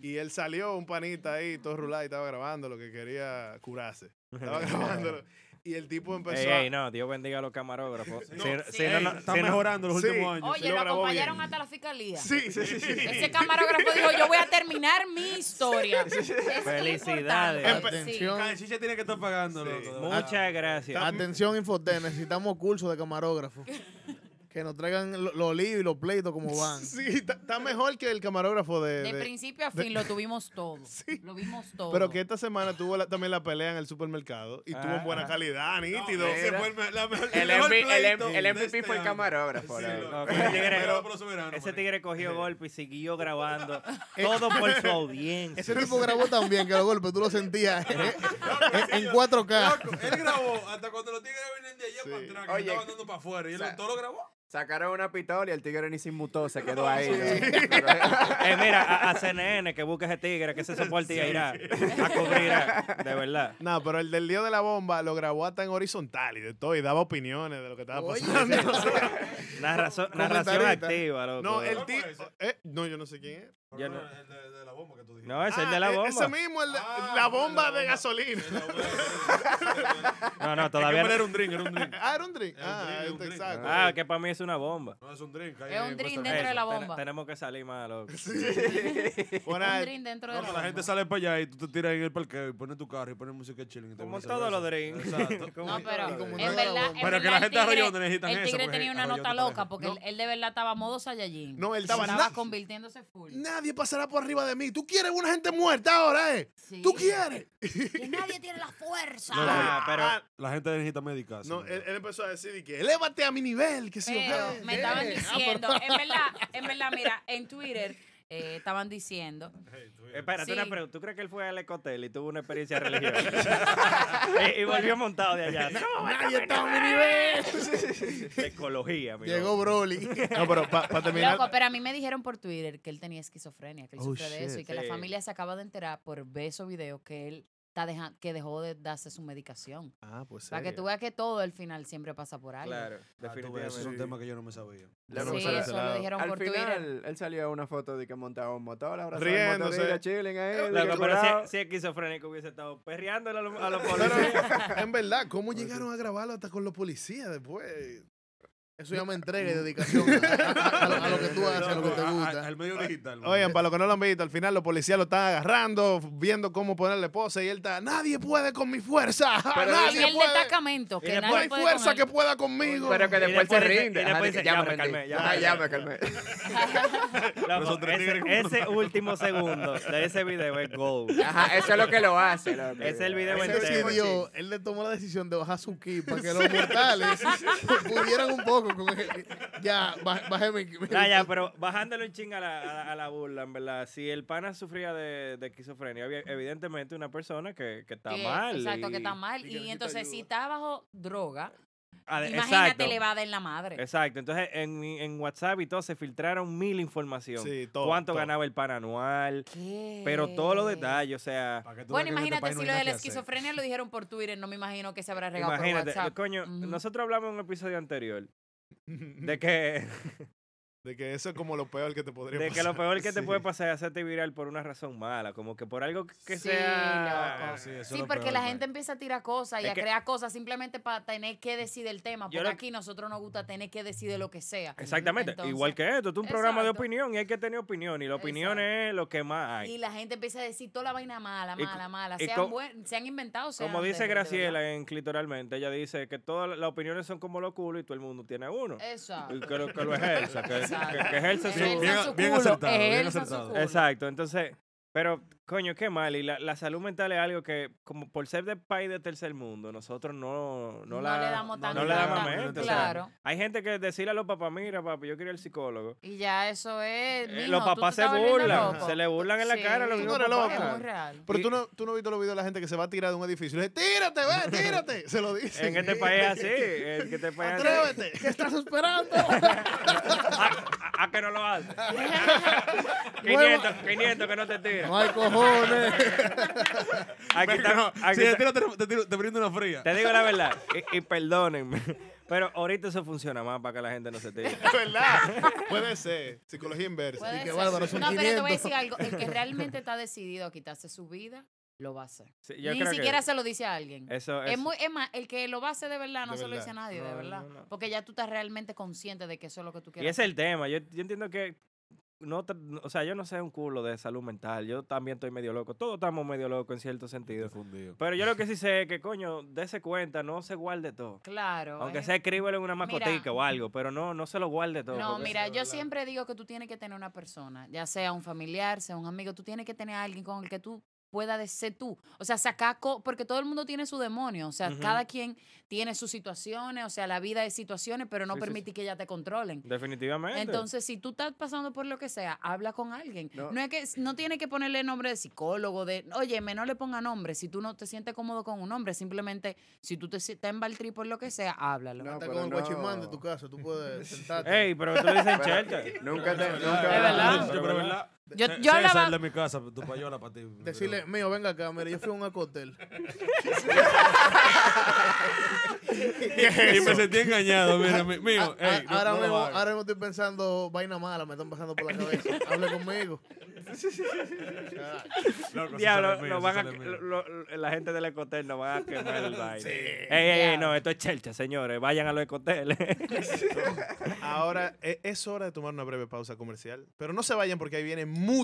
Y él salió, un panita ahí, todo rulado, y estaba grabando lo que quería curarse. Estaba grabándolo. Y el tipo empezó Ey, a- ey, no, Dios bendiga a los camarógrafos. No, Si- sí. si no, Ey, no- está si no- mejorando los últimos años. Oye, Lo lo, grabó acompañaron bien. hasta la fiscalía. Sí, sí, [LAUGHS] sí. Ese camarógrafo dijo, yo voy a terminar mi historia. Felicidades. Atención. Cada chicha tiene que estar pagando, loco. de verdad. Muchas gracias. Atención, Infotec, necesitamos cursos de camarógrafo. Que nos traigan lo- los líos y los pleitos como van. [LAUGHS] Sí, está está mejor que el camarógrafo de. De principio a de- fin lo tuvimos [LAUGHS] todo. Lo vimos todo. Pero que esta semana tuvo la- también la pelea en el supermercado y tuvo en buena Ah. calidad, nítido. eh, mira. Ese fue el me- la mejor- El mejor MV el pleito M- el de MVP este fue el año. camarógrafo. Sí, loco. No, ese tigre- Pero por lo soberano, ese tigre cogió golpe y siguió grabando. [LAUGHS] [LAUGHS] todo por su audiencia. Ese tipo grabó tan bien que los golpes tú lo sentías eh, en, en 4K. Loco, él grabó hasta cuando los tigres vienen de allá para atrás, que Oye, estaban dando para afuera. Y él sa- todo lo grabó. Sacaron una pistola y el tigre ni se inmutó, se [LAUGHS] quedó ahí. Eh, mira, a, a CNN que busque ese tigre, que ese soporte ya irá a cubrir, a- de verdad. No, pero el del lío de la bomba lo grabó hasta en horizontal y de todo, y daba opiniones de lo que estaba pasando. [LAUGHS] [LAUGHS] Narrazo- narración activa, loco. No, el tipo. eh, no, yo no sé quién es. Yo no- No, es el Ah, de la e-, bomba. Ese mismo, el de- la bomba de gasolina. No, no, todavía Es que no. era un drink, era un drink. Ah, era un drink. un drink, Ah, era un drink. exacto. Ah, que para mí es una bomba. No, es un drink. Es un drink dentro de la bomba. tenemos que salir más, loco. Un drink dentro de No, la pero la gente sale para allá y tú te tiras en el parqueo y pones tu carro y pones música chilling. Como todos los drinks. Exacto. [LAUGHS] Como No, todos pero los En drinks. verdad, en Pero que verdad la el gente de tigre- Arroyo donde necesitan El eso, tigre porque tenía una Arroyo nota no trabaja. loca porque él, él de verdad estaba modo Saiyajin. No, él estaba, estaba estaba na- convirtiéndose full. Nadie pasará por arriba de mí. ¿Tú quieres una gente muerta ahora, eh? ¿Tú quieres? Y nadie tiene la fuerza. No, Ah, sí, pero- La gente necesita médica. sí. No, él, él empezó a decir y que elévate a mi nivel, que sí. Ah, Pero me estaban diciendo, en verdad, en verdad, mira, en Twitter eh, estaban diciendo. Espérate Sí. una pregunta. ¿Tú crees que él fue al ecotel y tuvo una [LAUGHS] experiencia religiosa? [LAUGHS] y, y volvió montado de allá. Nadie está a mi nivel. De ecología, mi [LAUGHS] Llegó loco. Broly. No, pero para [LAUGHS] terminar. Loco, pero a mí me dijeron por Twitter que él tenía esquizofrenia, que él Oh, sufre de eso y shit. que la Sí. familia se acaba de enterar por ver esos videos que él está deja- que dejó de darse su medicación. Ah, pues Para que tú serio. veas que todo al final siempre pasa por Ah, algo. Claro, definitivamente. Eso es un Sí. tema que yo no me sabía. Loco, Sí, pero- eso lo dijeron Al por final, Twitter. él salió a una foto de que montaba un motor, abrazaba el Riéndose. motorista, chilling ahí. de que Loco, pero curado. si, si esquizofrénico hubiese estado perreándole a los, a los [LAUGHS] Pero, policías. [LAUGHS] en verdad, ¿cómo llegaron a grabarlo hasta con los policías después? Eso llama entrega y dedicación a, a- a lo- a lo que tú haces, a lo que te gusta. Al medio digital. Oigan, para los que no lo han visto, al final los policías lo están agarrando, viendo cómo ponerle pose y él está, nadie puede con mi fuerza. [LAUGHS] Pero nadie en el puede. destacamento, que Y después, nadie no hay puede fuerza con él". que pueda conmigo. Pero que Y después, se dice- rinde. y Ajá, después de que dice, ya "Ya me me calmé. calmé, Ya, ya me ya me calmé". calmé. Loco, Los otros tigres ese, como ese último segundo de ese video es [LAUGHS] gold. Ajá, eso es lo que lo hace, loco. Ese Es el video Él entero. decidió, él le tomó la decisión de bajar su ki [LAUGHS] para que los mortales pudieran un poco con él. Ya, baj- bajé mi ki. Ya, ya, pero bajándole un ching a la, a la- a la burla, en verdad. Si el pana sufría de, de esquizofrenia, había evidentemente una persona que, que está Que- mal. Exacto, que y- está mal. Y, entonces, si está bajo droga, Ah, de- imagínate exacto. le va a dar en la madre. Exacto, entonces en, mi- en WhatsApp y todo se filtraron mil información. Sí, todo, Cuánto todo. [LAUGHS] ganaba el pan anual, pero todos los detalles, o sea. Bueno, imagínate si lo de la esquizofrenia lo dijeron por Twitter, no me imagino que se habrá regado Imagínate, por WhatsApp. coño, nosotros hablamos en un episodio anterior de que De que eso es como lo peor que te podría De pasar. que lo peor que te Sí. puede pasar es hacerte viral por una razón mala, como que por algo que Sí, sea... loco. Sí, porque la gente empieza a tirar cosas y Es a que- crear cosas simplemente para tener que decir el tema. Yo Porque lo- aquí nosotros nos gusta tener que decir lo que sea. Exactamente, Entonces, igual que esto, esto es un programa de Exacto. opinión y hay que tener opinión y la opinión es lo que más hay. Y la gente empieza a decir toda la vaina mala, Y co- mala, mala. y Se co- han, buen- se han inventado, se Como han dice terrible, Graciela en Clitoralmente, ella dice que todas la- las opiniones son como los culos y todo el mundo tiene uno. Exacto. Y Que lo, que lo ejerza, Exacto. que, que- que ejerza su... Ejerza Bien- su bien culo, acertado, bien ejerza su acertado. culo. Exacto, entonces, pero coño, qué mal. Y la, la salud mental es algo que, como por ser de país de tercer mundo, nosotros no, no, No la, le damos no- tan- no le damos tan- mente, o sea, claro. hay gente que decirle a los papás, mira, papi, yo quiero ir al psicólogo. Y ya eso es. Eh, mijo, los tú te papás se estás volviendo burlan, loco. se le burlan en la Sí. cara a los Tú Tú mismos no eres papás. loca. Es muy real. Pero tú no, tú no has visto los videos de la gente que se va a tirar de un edificio. y Le dice, tírate, [LAUGHS] ve, tírate. Se lo dicen. En este país es así, en este país [LAUGHS] es así. Atrévete. ¿Qué estás esperando? [LAUGHS] ¿A que no lo hace? [LAUGHS] 500, Huevo. 500 que no te tiren. No hay cojones. Aquí Venga, está- no, aquí si te está- tiro, te- te tiro- te brindo una fría. Te digo la verdad, y, y perdónenme, pero ahorita eso funciona más para que la gente no se tire. Es [LAUGHS] verdad. Puede ser. Psicología inversa. Puede Y que ser. bárbaro, son no, pero te voy a 500. decir algo. El que realmente está decidido a quitarse su vida, lo va a hacer. Sí, yo Ni creo que- siquiera se lo dice a alguien. Eso- es, eso. muy, es más, el que lo va a hacer de verdad no De se lo dice a verdad. nadie, de No, verdad. no, no. Porque ya tú estás realmente consciente de que eso es lo que tú Y quieres. ese es el tema. Yo, yo entiendo que. No, tra- no- o sea, yo no sé un culo de salud mental. Yo también estoy medio loco. Todos estamos medio locos en cierto sentido. Pero yo lo que sí sé es que, coño, dése cuenta, no se guarde todo. Claro. Aunque es- sea escríbelo en una Mira. mascotica o algo, pero no, no se lo guarde todo. No, porque- mira, yo siempre digo que tú tienes que tener una persona, ya sea un familiar, sea un amigo, tú tienes que tener a alguien con el que tú puedas de- ser tú. O sea, sacar, co- porque todo el mundo tiene su demonio, o sea, Ujú. cada quien tiene sus situaciones, o sea, la vida es situaciones, pero no Sí, sí, permite que ya te controlen. Definitivamente. Entonces, si tú estás pasando por lo que sea, habla con alguien. No, es que no tiene que ponerle nombre de psicólogo, de, óyeme, no le ponga nombre. Si tú no te sientes cómodo con un nombre, simplemente si tú te si- estás en Baltri por lo que sea, háblalo. Hasta con el guachimán de tu casa, tú puedes sentarte. Ey, pero tú lo dices en chelcha. Nunca te. Es Nunca verdad. Pero es verdad. Yo- Eh, yo César, hablaba- el de mi casa, tu payola para ti. Decirle, mío, venga acá, mire, yo fui a un acotel. Y me sentí engañado, mira, mi- mío, A- a- ey, no- Ah, ahora, no lo mismo, hagas. ahora mismo estoy pensando vaina mala, me están pasando por la cabeza. Hable conmigo. Loco, Diablo, eso sale lo mío, van eso a- sale mío. lo- lo- la gente del ecotel nos van a quemar el baile. Sí. Ey, ey, ey, no, esto es chelcha, señores. Vayan a los ecoteles. Ahora e- es hora de tomar una breve pausa comercial. Pero no se vayan porque ahí viene mucho.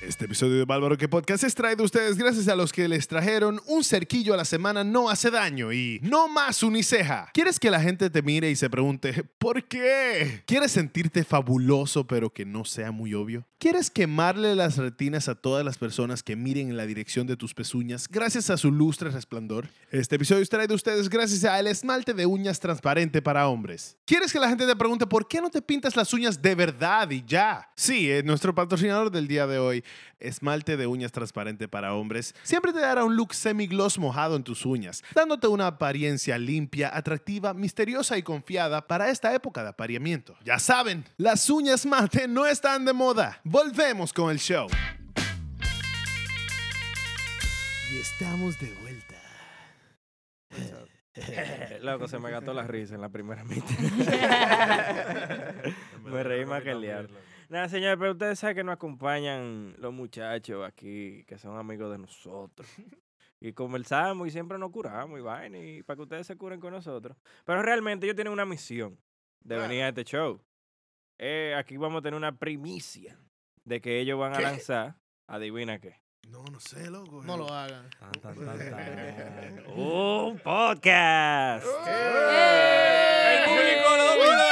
Este episodio de Bárbaro que Podcast es traído a ustedes gracias a los que les trajeron un cerquillo a la semana no hace daño y no más uniceja. ¿Quieres que la gente te mire y se pregunte ¿por qué? ¿Quieres sentirte fabuloso pero que no sea muy obvio? ¿Quieres quemarle las retinas a todas las personas que miren en la dirección de tus pezuñas gracias a su lustre resplandor? Este episodio es traído a ustedes gracias al esmalte de uñas transparente para hombres. ¿Quieres que la gente te pregunte por qué no te pintas las uñas de verdad y ya? Sí, eh, nuestro patrocinador del día de hoy, esmalte de uñas transparente para hombres, siempre te dará un look semigloss mojado en tus uñas, dándote una apariencia limpia, atractiva, misteriosa y confiada para esta época de apareamiento. Ya saben, las uñas mate no están de moda. Volvemos con el show. Y estamos de vuelta. [LAUGHS] Loco, se me gastó la risa en la primera mitad. me reí más que el diablo. Nada, señores, pero ustedes saben que nos acompañan los muchachos aquí, que son amigos de nosotros. Y conversamos y siempre nos curamos y vaina, y para que ustedes se curen con nosotros. Pero realmente ellos tienen una misión de venir a este show. Eh, aquí vamos a tener una primicia de que ellos van a ¿Qué? lanzar, adivina qué, No, no sé, loco. No lo hagan. un podcast. ¡Eh! ¡El público lo domina,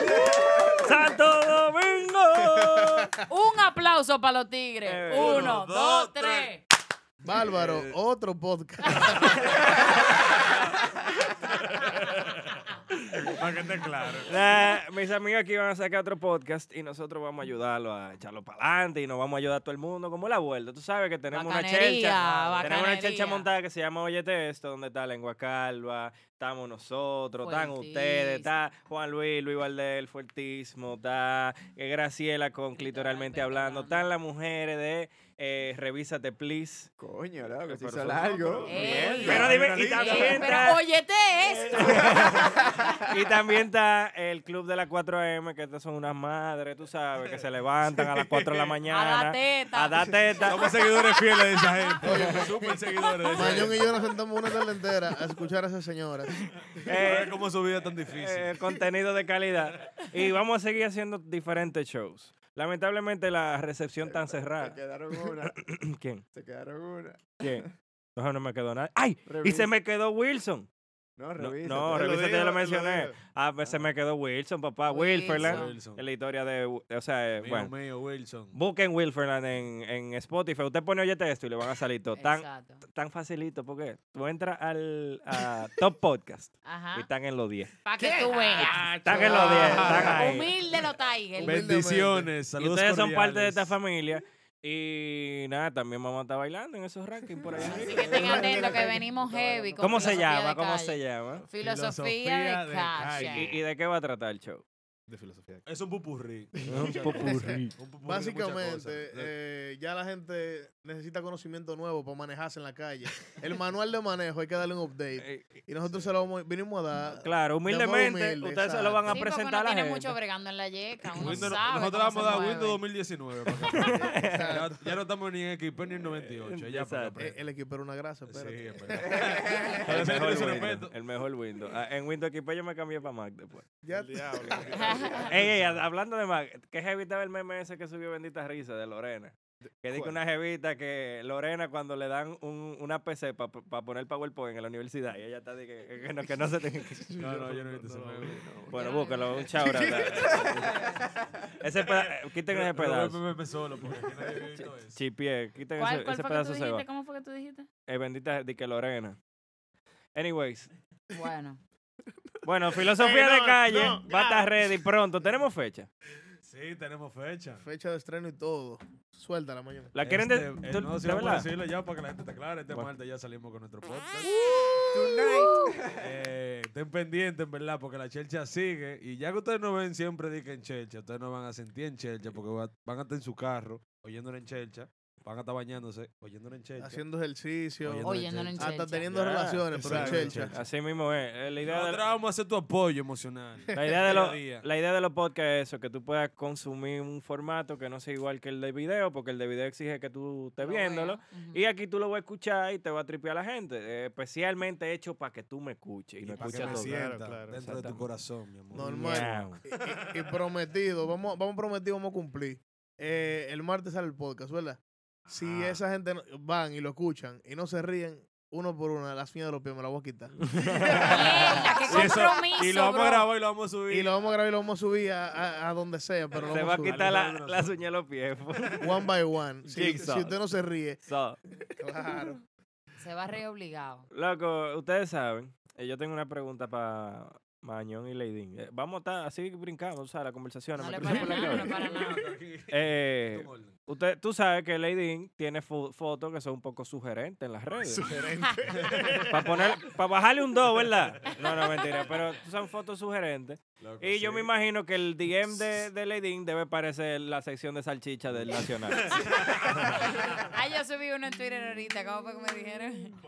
gente! ¡Santo Domingo! Eh, Un aplauso para los tigres. Uno, dos, tres. Bárbaro, Eh, Oh, otro podcast. Para que esté claro. Nah, mis amigos aquí van a sacar otro podcast y nosotros vamos a ayudarlo a echarlo para adelante y nos vamos a ayudar a todo el mundo como la vuelta. Tú sabes que tenemos una Bacanería, chelcha. Tenemos una bacanería. chelcha montada que se llama Óyete Esto, donde está Lengua Calva, estamos nosotros, están Fuertísimo. ustedes, está Juan Luis, Luis Valdés, el Fuertismo, está eh, Graciela con Clitoralmente Hablando, están las mujeres de eh, Revísate Please. Coño, loco, Pues si Pero hizo son- largo. Ey, Pero dime, y también Eh, está- pero este óyete esto. Y también está el club de las 4M, que estas son unas madres, tú sabes, que se levantan a las 4 de la mañana. A dar teta. A dar teta. [LAUGHS] Somos seguidores fieles de esa gente. Súper seguidores de esa Mañón gente. y yo nos sentamos una tarde entera a escuchar a esas señoras. A ver cómo su vida es tan difícil. eh, contenido de calidad. Y vamos a seguir haciendo diferentes shows. Lamentablemente la recepción tan Se cerrada. quedaron una. [CLEARS THROAT] ¿Quién? Se quedaron una. ¿Quién? No, no me quedó nada. ¡Ay! Y Revisa. se me quedó Wilson. No, No, revisa. no, Él lo revísate, dijo, ya lo él lo mencioné. dijo. Ah, pues se me quedó Wilson, papá. Wilson. Wilferland. Wilson. Es la historia de. O sea, eh, Mío, bueno. mío, Wilson. Busquen Wilferland en, en Spotify. Usted pone oye esto y le van a salir todo. Tan, Exacto. tan facilito, porque tú entras al a Top Podcast Ajá. y están en los 10. Para que tú veas. Están en los 10. están ahí. Humilde los Tigers. Bendiciones, Y saludos Ustedes son parte de cordiales. esta familia. Y nada, también vamos a estar bailando en esos rankings por allá. Así que estén [LAUGHS] atentos que venimos heavy. Con ¿Cómo se filosofía llama? de ¿Cómo calle. se llama? Filosofía de calle. ¿Y, y de qué va a tratar el show? De filosofía. Es un pupurrí. un popurrí. Básicamente, eh, ya la gente necesita conocimiento nuevo para manejarse en la calle. El manual de manejo hay que darle un Eh, update. Y nosotros se lo vamos- vinimos a dar. Claro, de modo humildemente, humilde, ustedes se lo van a exacto. Sí, porque uno presentar a la tiene gente. mucho bregando en la yeca. Uno Windows- sabe cómo nosotros vamos se a dar mueve. Windows 2019. [LAUGHS] para que aprendan. ya, ya no estamos ni en XP ni en 98. Ya para que Eh, El equipo era una grasa, espérate. [LAUGHS] El mejor [LAUGHS] Windows. El mejor Windows. Ah, En Windows Equipo yo me cambié para Mac después. Ya- Ey, ey, a- hablando de Mac, ¿qué jevita del meme ese que subió Bendita Risa de Lorena? Que dice ¿Cuál? una jevita que Lorena cuando le dan un- una PC para poner PowerPoint en la universidad y ella está de que, que no, que no se [LAUGHS] tenga que... No, no, yo no he visto ese meme. Bueno, búscalo, [LAUGHS] un shout out. ese peda- eh, quiten ese Pero voy a pedazo. meme solo, porque aquí [LAUGHS] nadie ha visto eso. Chipié, quiten ¿Cuál- ese, cuál ese fue que tú pedazo se va. dijiste? ¿Cómo fue que tú dijiste? Eh, bendita de que Lorena. Anyways, Bueno. [LAUGHS] bueno, filosofía Eh, de no, calle, no, va ya. a estar ready pronto. Tenemos fecha. Sí, tenemos fecha. Fecha de estreno y todo. Suéltala, mañana. La quieren de- Este, eh, tú- no, sí, de vamos a verdad? decirlo ya para que la gente te aclare. Este Bueno. martes ya salimos con nuestro podcast. [LAUGHS] Tonight. Eh, estén pendientes, en verdad, porque la chelcha sigue. Y ya que ustedes no ven siempre di que en chelcha, ustedes no van a sentir en chelcha porque va- van a estar en su carro oyéndola en chelcha. Van a estar bañándose oyéndola en chelcha. Haciendo ejercicio. Oyéndola en Hasta chelcha. teniendo Ya, relaciones, pero en exacto. chelcha. Así mismo es. eh, La idea, de, Ah, Nosotros vamos a hacer tu apoyo emocional. la idea de Día a lo- día. la idea de los podcasts es eso, que tú puedas consumir un formato que no sea igual que el de video, porque el de video exige que tú estés Lo viéndolo. [LAUGHS] Y aquí tú lo vas a escuchar y te va a tripear la gente. eh, especialmente hecho para que tú me escuches. Y, me pa' que escuches me todo. sienta Claro, claro. dentro de tu corazón, mi amor. Normal. Y, y- y prometido, vamos, vamos prometido, vamos a cumplir. Eh, el martes sale el podcast, ¿verdad? Si esa gente no- van y lo escuchan y no se ríen, uno por una, las uñas de los pies me la voy a quitar. qué Y eso- compromiso, y lo vamos a bro. grabar y lo vamos a subir. Y lo vamos a grabar y lo vamos a subir a, a- a donde sea, pero lo Se vamos va a subir. quitar la, la uña de los [LAUGHS] pies. [LAUGHS] One by one. Si, Jigsaw. si usted no se ríe. So. Claro. Se va re obligado. Loco, ustedes saben, eh, yo tengo una pregunta para Mañón y Leidín. Eh, vamos a estar así brincamos, o sea, la conversación. No me le cruzó pues, para [LAUGHS] por la nada, no cabeza. para nada. Eh, usted, tú sabes que Leidín tiene fo- fotos que son un poco sugerentes en las redes. [LAUGHS] para poner, para bajarle un do, ¿verdad? No, no, mentira, pero son fotos sugerentes. Loco, y yo sí. me imagino que el DM de, de Leidín debe parecer la sección de salchicha del [LAUGHS] Nacional. Ay, yo subí uno en Twitter ahorita. ¿Cómo fue que me dijeron?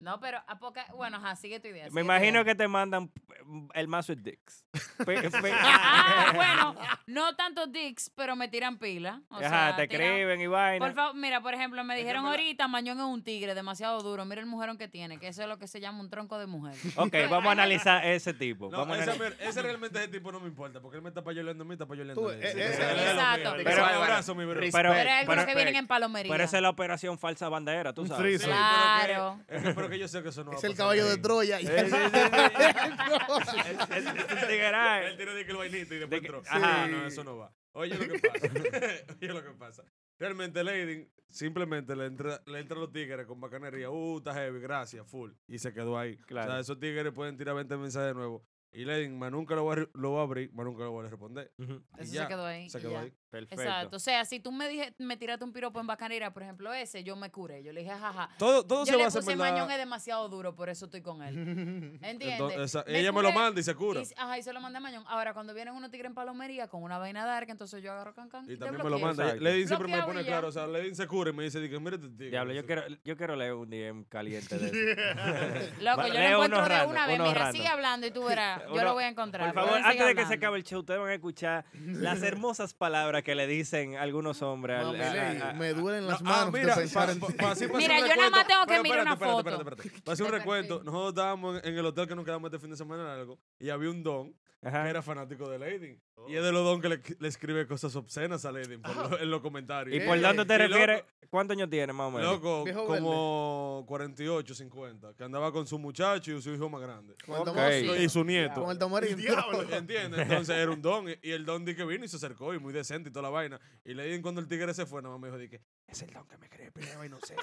No, pero a poca... Bueno, ajá, sigue tu idea. me sigue tu imagino idea. que te mandan mm, el mazo es [LAUGHS] Dix. Pe- pe- [LAUGHS] Ah, bueno, no tanto dicks, pero me tiran pila. O Ajá, sea, te tiran- escriben y vaina. Por favor, mira, por ejemplo, me dijeron me la- ahorita, Mañón es un tigre, demasiado duro. Mira el mujerón que tiene, que eso es lo que se llama un tronco de [LAUGHS] mujer. [LAUGHS] Ok, vamos a analizar ese tipo. No, vamos a ese, analizar- mira, ese realmente ese tipo no me importa, porque él me está payoleando a mí, está payoleando Tú, a él. eh, Sí, eh, ese- eh, ese es lo exacto. mío. Pero- Un abrazo, mi bro. Pero, Pero hay algunos que vienen pero- en palomería. Pero esa es la operación falsa bandera, tú Un sabes. threesome. Claro. Es que, pero que yo sé que eso no va Es a el pasar caballo ahí. de Troya. Sí, sí, [LAUGHS] [LAUGHS] sí, sí. Es- es un Él tiró eh. de que el vainito y después entró. ajá. Ajá, no, eso no va. Oye lo [LAUGHS] que pasa. Oye lo que pasa. Realmente, Lady simplemente le entra, le entra a los tigres con bacanería. Uh, está heavy, gracias, full. Y se quedó ahí. Claro. O sea, esos tigres pueden tirar 20 mensajes de nuevo. Y Lady, más nunca lo va, a re- lo va a abrir, más nunca lo va a responder. Y Eso ya, se quedó ahí. Se y quedó ya. ahí. Exacto. O sea, si tú me dije, me tiraste un piropo en Bacanera, por ejemplo, ese, yo me curé. Yo le dije, jaja. Todo- todo yo se le basa en puse verdad- Mañón es demasiado duro, por eso estoy [LAUGHS] con él. ¿Entiendes? Entonces, esa- ella me lo curé manda y se cura. s- ajá, y se lo manda a Mañón. Ahora, cuando vienen unos tigres en palomería con una vaina dark, entonces yo agarro can, can Y te también me lo bloqueo. manda. Lady siempre me Bloqueado pone y ya. claro. O sea, Lady se cura y me dice, dice, mira este tigre. Diablo, yo quiero, yo quiero leer un DM caliente de [LAUGHS] eso. [LAUGHS] Loco, Va- yo lo lee unos encuentro de random, una vez. unos Mira, random. sigue hablando [LAUGHS] y tú verás. Yo Uno- lo voy a encontrar. Por favor, Pueden antes seguir de que se hablando. acabe el show, ustedes van a escuchar [LAUGHS] las hermosas palabras que le dicen algunos hombres. al- Mami, a- Ley, a- a- me duelen las ah, manos mira, de pensar en pa- ti. pa- así para hacer Mira, un yo nada más recuento- tengo que pero mirar una espérate, foto. Espérate, espérate, Para hacer un recuento, nosotros estábamos en en el hotel que nos quedamos este fin de semana largo y había un don que era fanático de Lady. Y es de los don que le, le escribe cosas obscenas a Lady por Ah. lo- en los comentarios. ¿Y por dónde te Y loco- refieres? ¿Cuántos años tienes más o menos? Loco, como 48, 50, que andaba con su muchacho y su hijo más grande. Con el Ok. tomarito. Y su nieto. Con [LAUGHS] el tomarito. Diablo, ¿entiendes? Entonces era un don. Y el don di que vino y se acercó y muy decente y toda la vaina. Y le dije cuando el tigre se fue, nada más me dijo, di que es el don que me cree, pero y no cena.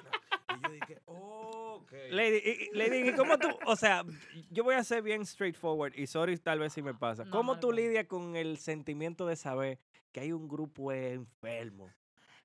Y yo dije, ok. Lady, y- y- Lady, ¿y cómo tú? O sea, yo voy a ser bien straightforward y sorry tal vez si me pasa. ¿Cómo tú lidias con el sentimiento de saber que hay un grupo enfermo?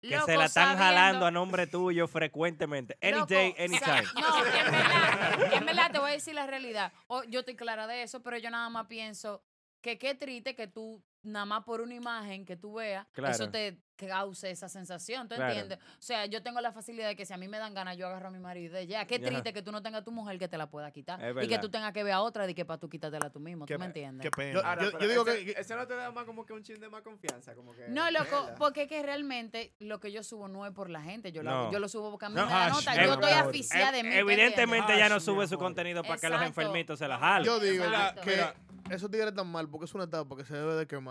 Que Loco, se la están sabiendo- jalando a nombre tuyo frecuentemente. Any Loco, day, o sea, anytime. No, en verdad, en verdad te voy a decir la realidad. O- yo estoy clara de eso, pero yo nada más pienso que qué triste que tú, nada más por una imagen que tú veas, Claro. eso te cause esa sensación, ¿tú Claro. entiendes? O sea, yo tengo la facilidad de que si a mí me dan ganas, yo agarro a mi marido y ya. Qué Ajá. triste que tú no tengas tu mujer que te la pueda quitar. Es Y que verdad. tú tengas que ver a otra de que para tú quitártela tú mismo, ¿tú me entiendes? Ahora, yo- pero yo digo ese- que- Ese no te da más como que un chin de más confianza. Como que, No, loco, ¿verdad? porque es que realmente lo que yo subo no es por la gente, yo lo, No. hago- yo lo subo porque a mí No, me da hush, nota, mi yo estoy amor. asfixiada de Ev- mí. ¿tú Evidentemente entiendes? ya no sube su contenido para que los Exacto. enfermitos se la jalen. Yo digo, Mira, que esos tigres están mal porque es una etapa que se debe [LAUGHS] de quemar.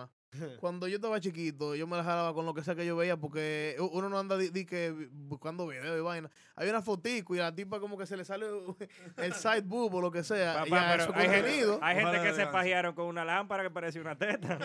Cuando yo estaba chiquito, yo me la jalaba con lo que sea que yo veía porque u- uno no anda di, di que vi- buscando videos y vaina. Hay una fotico y a la tipa como que se le sale [LAUGHS] el side boob o lo que sea. y Papá, a pero su hay, contenido. gente, Ah, hay gente que se pajearon con una lámpara que parecía una [LAUGHS] teta.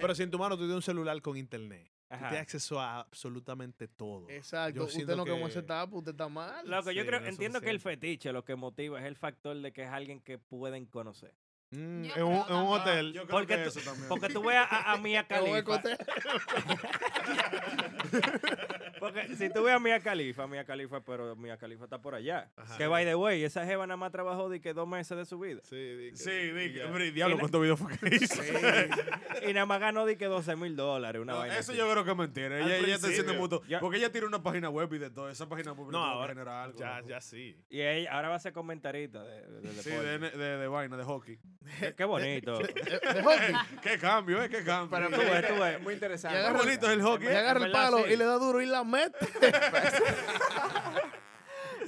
Pero si en tu mano tú tienes un celular con internet, tú Ah. Ajá. tienes acceso a absolutamente todo. Exacto. Yo usted siento no quemó que- esa etapa, usted está mal. Loco, yo Sí, creo, no es entiendo que el fetiche lo que motiva es el factor de que es alguien que pueden conocer. Mm, en un, en un hotel. yo creo Porque que tú, eso también. [LAUGHS] porque tú veas a, a Mia En un Khalifa. hotel. [LAUGHS] porque si tú ves a Mia Khalifa, Mia Khalifa, pero Mia Khalifa está por allá. Que by the way, esa jeva nada más trabajó de que dos meses de su vida. Sí, di que. Sí, di que- hombre, y diablo, ¿cuántos videos fue que hizo? [LAUGHS] y nada más ganó de que 12 mil dólares, una vaina Eso así. yo creo que es mentira. Al Ella, ella está principio. haciendo mutuo. Porque ella tiene una página web y de todo. Esa página web No, no, ahora- genera algo. ya- loco. ya sí. Y ella ahora va a ser comentarista de, de- del Sí, deporte. de, de- de vaina, de hockey. Qué, qué [LAUGHS] bonito. qué cambio, eh, qué cambio. Pero tú ves, tú ves. Muy interesante. Qué bonito es el hockey. Le agarra el palo y le da duro y la mete.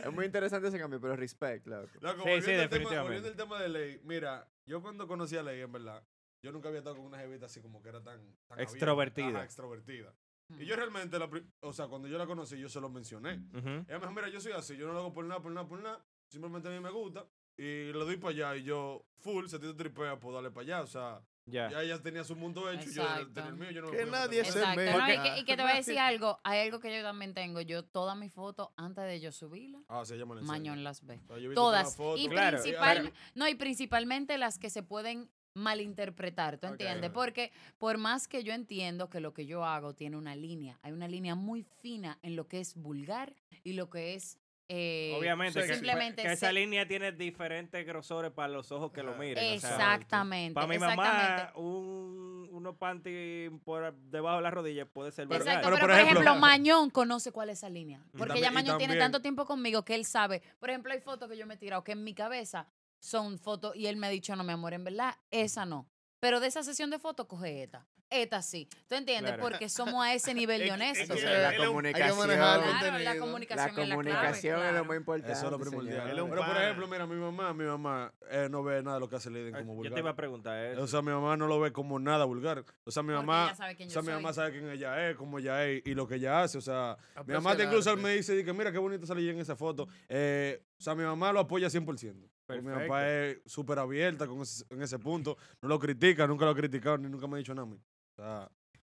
Es muy interesante ese cambio, pero respect, loco. Loco, volviendo al Tema, volviendo al tema de Ley, mira, yo cuando conocí a Ley, en verdad, yo nunca había estado con una jevita así como que era tan... tan abierta, Extrovertida. ajá, extrovertida. Mm. Y yo realmente, la pri- o sea, cuando yo la conocí, yo se lo mencioné. Ujú. Ella me dijo, mira, yo soy así, yo no lo hago por nada, por nada, por nada. Simplemente a mí me gusta. Y le doy para allá y yo, full, se te tripea, puedo darle para allá. O sea, Ya. ya ella tenía su mundo hecho y yo Exacto. tenía el mío. Yo no me Que podía meter nadie más. se Exacto, ¿no? Porque- y, que, y que te voy a decir algo. Hay algo que yo también tengo. Yo todas mis fotos, antes de yo subirlas, Ah, sí, ella me lo enseña. Mañón las ve. O sea, yo he visto todas. todas las y, fotos. Claro, principal- pero- no, y principalmente las que se pueden malinterpretar, ¿tú entiendes? Porque por más que yo entiendo que lo que yo hago tiene una línea, hay una línea muy fina en lo que es vulgar y lo que es... eh, Obviamente, que- simplemente que, esa se- línea tiene diferentes grosores para los ojos que lo miren. o sea, Exactamente, para mi mamá, exactamente. un, unos panty por debajo de la rodilla puede ser vulgar. Exacto, pero, por ejemplo, Mañón conoce cuál es esa línea. Y Porque también- ya y Mañón tiene también- tanto tiempo conmigo que él sabe. Por ejemplo, hay fotos que yo me he tirado que en mi cabeza son fotos. Y él me ha dicho, no, mi amor, en verdad, esa no. Pero de esa sesión de fotos, coge esta. Esta sí. ¿Tú entiendes? Claro. Porque somos a ese nivel de honestos. O sea, la comunicación. Claro, la comunicación es la comunicación clave, es lo claro. más importante. Eso es lo primordial. señores. Pero, por ejemplo, mira, mi mamá, mi mamá eh, no ve nada de lo que hace Liden como vulgar. te iba a preguntar eh, eso. O sea, mi mamá no lo ve como nada vulgar. O sea, mi Porque mamá, ella sabe quién o yo sea, mi soy. mamá sabe quién ella es, cómo ella es y lo que ella hace. O sea, mi Aprecia mamá te el incluso me dice, di que mira qué bonito salí en esa foto. Eh, o sea, mi mamá lo apoya 100%. Porque Mi Perfecto. papá es súper abierta con ese- en ese punto. No lo critica, nunca lo ha criticado, ni nunca me ha dicho nada. a mí. O sea, Yo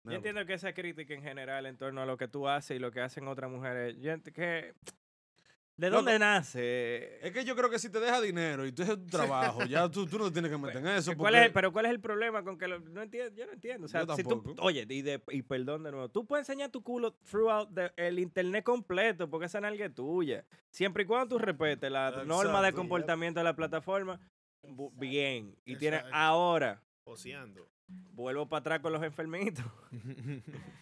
nada. entiendo que esa crítica en general en torno a lo que tú haces y lo que hacen otras mujeres, yo ent- que... ¿De Loco, dónde nace? Es que yo creo que si te deja dinero y tú haces tu trabajo, ya tú, tú no te tienes [LAUGHS] que meter en eso. Pues, ¿Cuál porque- es el- pero ¿cuál es el problema con que lo, no entiendo? Yo no entiendo. O sea, Yo si tú, tampoco. oye, y, de- y perdón de nuevo, tú puedes enseñar tu culo throughout the- el internet completo porque esa nalga es tuya. Siempre y cuando tú respetes la norma de Exacto. comportamiento de la plataforma, bu- bien. Y tienes Exacto. ahora, Poseando. vuelvo para atrás con los [LAUGHS] enfermitos.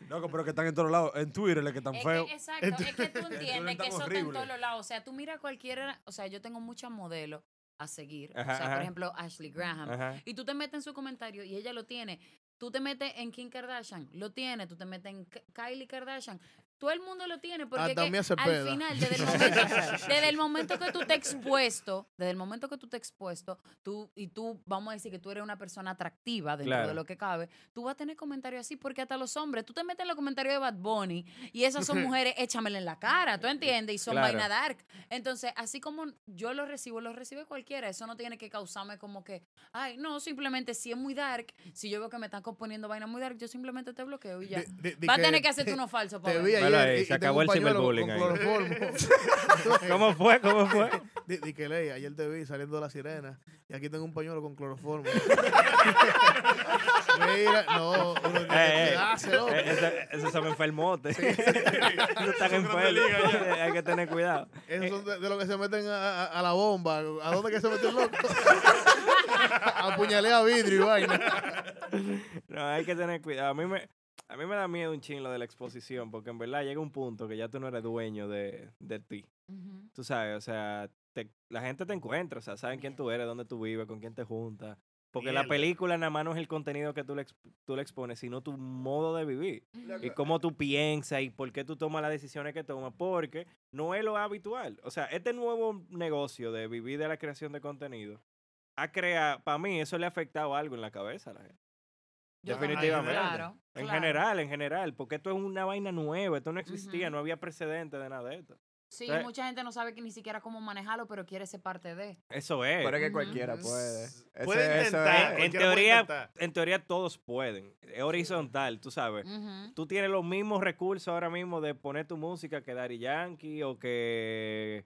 Loco, pero que están en todos lados. En Twitter, es que están Es que- feos. exacto, es que tú entiendes que tan eso está en horrible. todos los lados. O sea, tú mira cualquiera, o sea, yo tengo muchas modelos a seguir. Ajá, o sea, ajá. por ejemplo, Ashley Graham. Ajá. Y tú te metes en su comentario y ella lo tiene. Tú te metes en Kim Kardashian, lo tiene. Tú te metes en K- Kylie Kardashian. Todo el mundo lo tiene porque Hasta es que Mía al Cepeda. final, desde el, momento, desde el momento que tú te expuesto, desde el momento que tú te expuesto, tú y tú, vamos a decir que tú eres una persona atractiva dentro Claro. de lo que cabe, tú vas a tener comentarios así porque hasta los hombres, tú te metes en los comentarios de Bad Bunny y esas son mujeres, échamela en la cara, ¿tú entiendes? Y son Claro. vaina dark. Entonces, así como yo lo recibo, lo recibe cualquiera. Eso no tiene que causarme como que, ay, no, simplemente si es muy dark, si yo veo que me están componiendo vaina muy dark, yo simplemente te bloqueo y ya. Di- di Va a que tener que hacerte te- uno falso, Te para vi Velo ayer ahí, y- y se tengo acabó un el pañuelo ciberbullying con ahí. cloroformo. [LAUGHS] [LAUGHS] ¿Cómo fue? ¿Cómo [LAUGHS] fue? Di, di que ley, ayer te vi saliendo de la sirena y aquí tengo un pañuelo con [LAUGHS] cloroformo. Mira, no, uno tiene Eh, que eh, darse, loco. eh, eso- Esos son [LAUGHS] enfermotes. Esos están liga enfermos. ya. Hay que tener cuidado. Esos son de, de los que se meten a, a- a la bomba. ¿A dónde que se metió [LAUGHS] el loco? a puñalear vidrio y vaina. No, hay que tener cuidado. A mí me, a mí me da miedo un chingo de la exposición, porque en verdad llega un punto que ya tú no eres dueño de, de ti. Mm-hmm. Tú sabes, o sea, te- la gente te encuentra, o sea, saben quién tú eres, dónde tú vives, con quién te juntas. Porque la Mierda. película nada más no es el contenido que tú le, exp- tú le expones, sino tu modo de vivir. Loco. Y cómo tú piensas y por qué tú tomas las decisiones que tomas. Porque no es lo habitual. O sea, este nuevo negocio de vivir de la creación de contenido ha creado, para mí, eso le ha afectado algo en la cabeza a la gente. Yo también, Definitivamente. claro, en claro. general, en general. Porque esto es una vaina nueva. Esto no existía. No había precedente de nada de esto. Sí, Entonces, mucha gente no sabe que ni siquiera cómo manejarlo, pero quiere ser parte de. Eso es. Pero es que cualquiera puede. Ese- Puede eso intentar, es. En teoría, en teoría todos pueden. Es horizontal, tú sabes. Ujú. Tú tienes los mismos recursos ahora mismo de poner tu música que Dari Yankee o que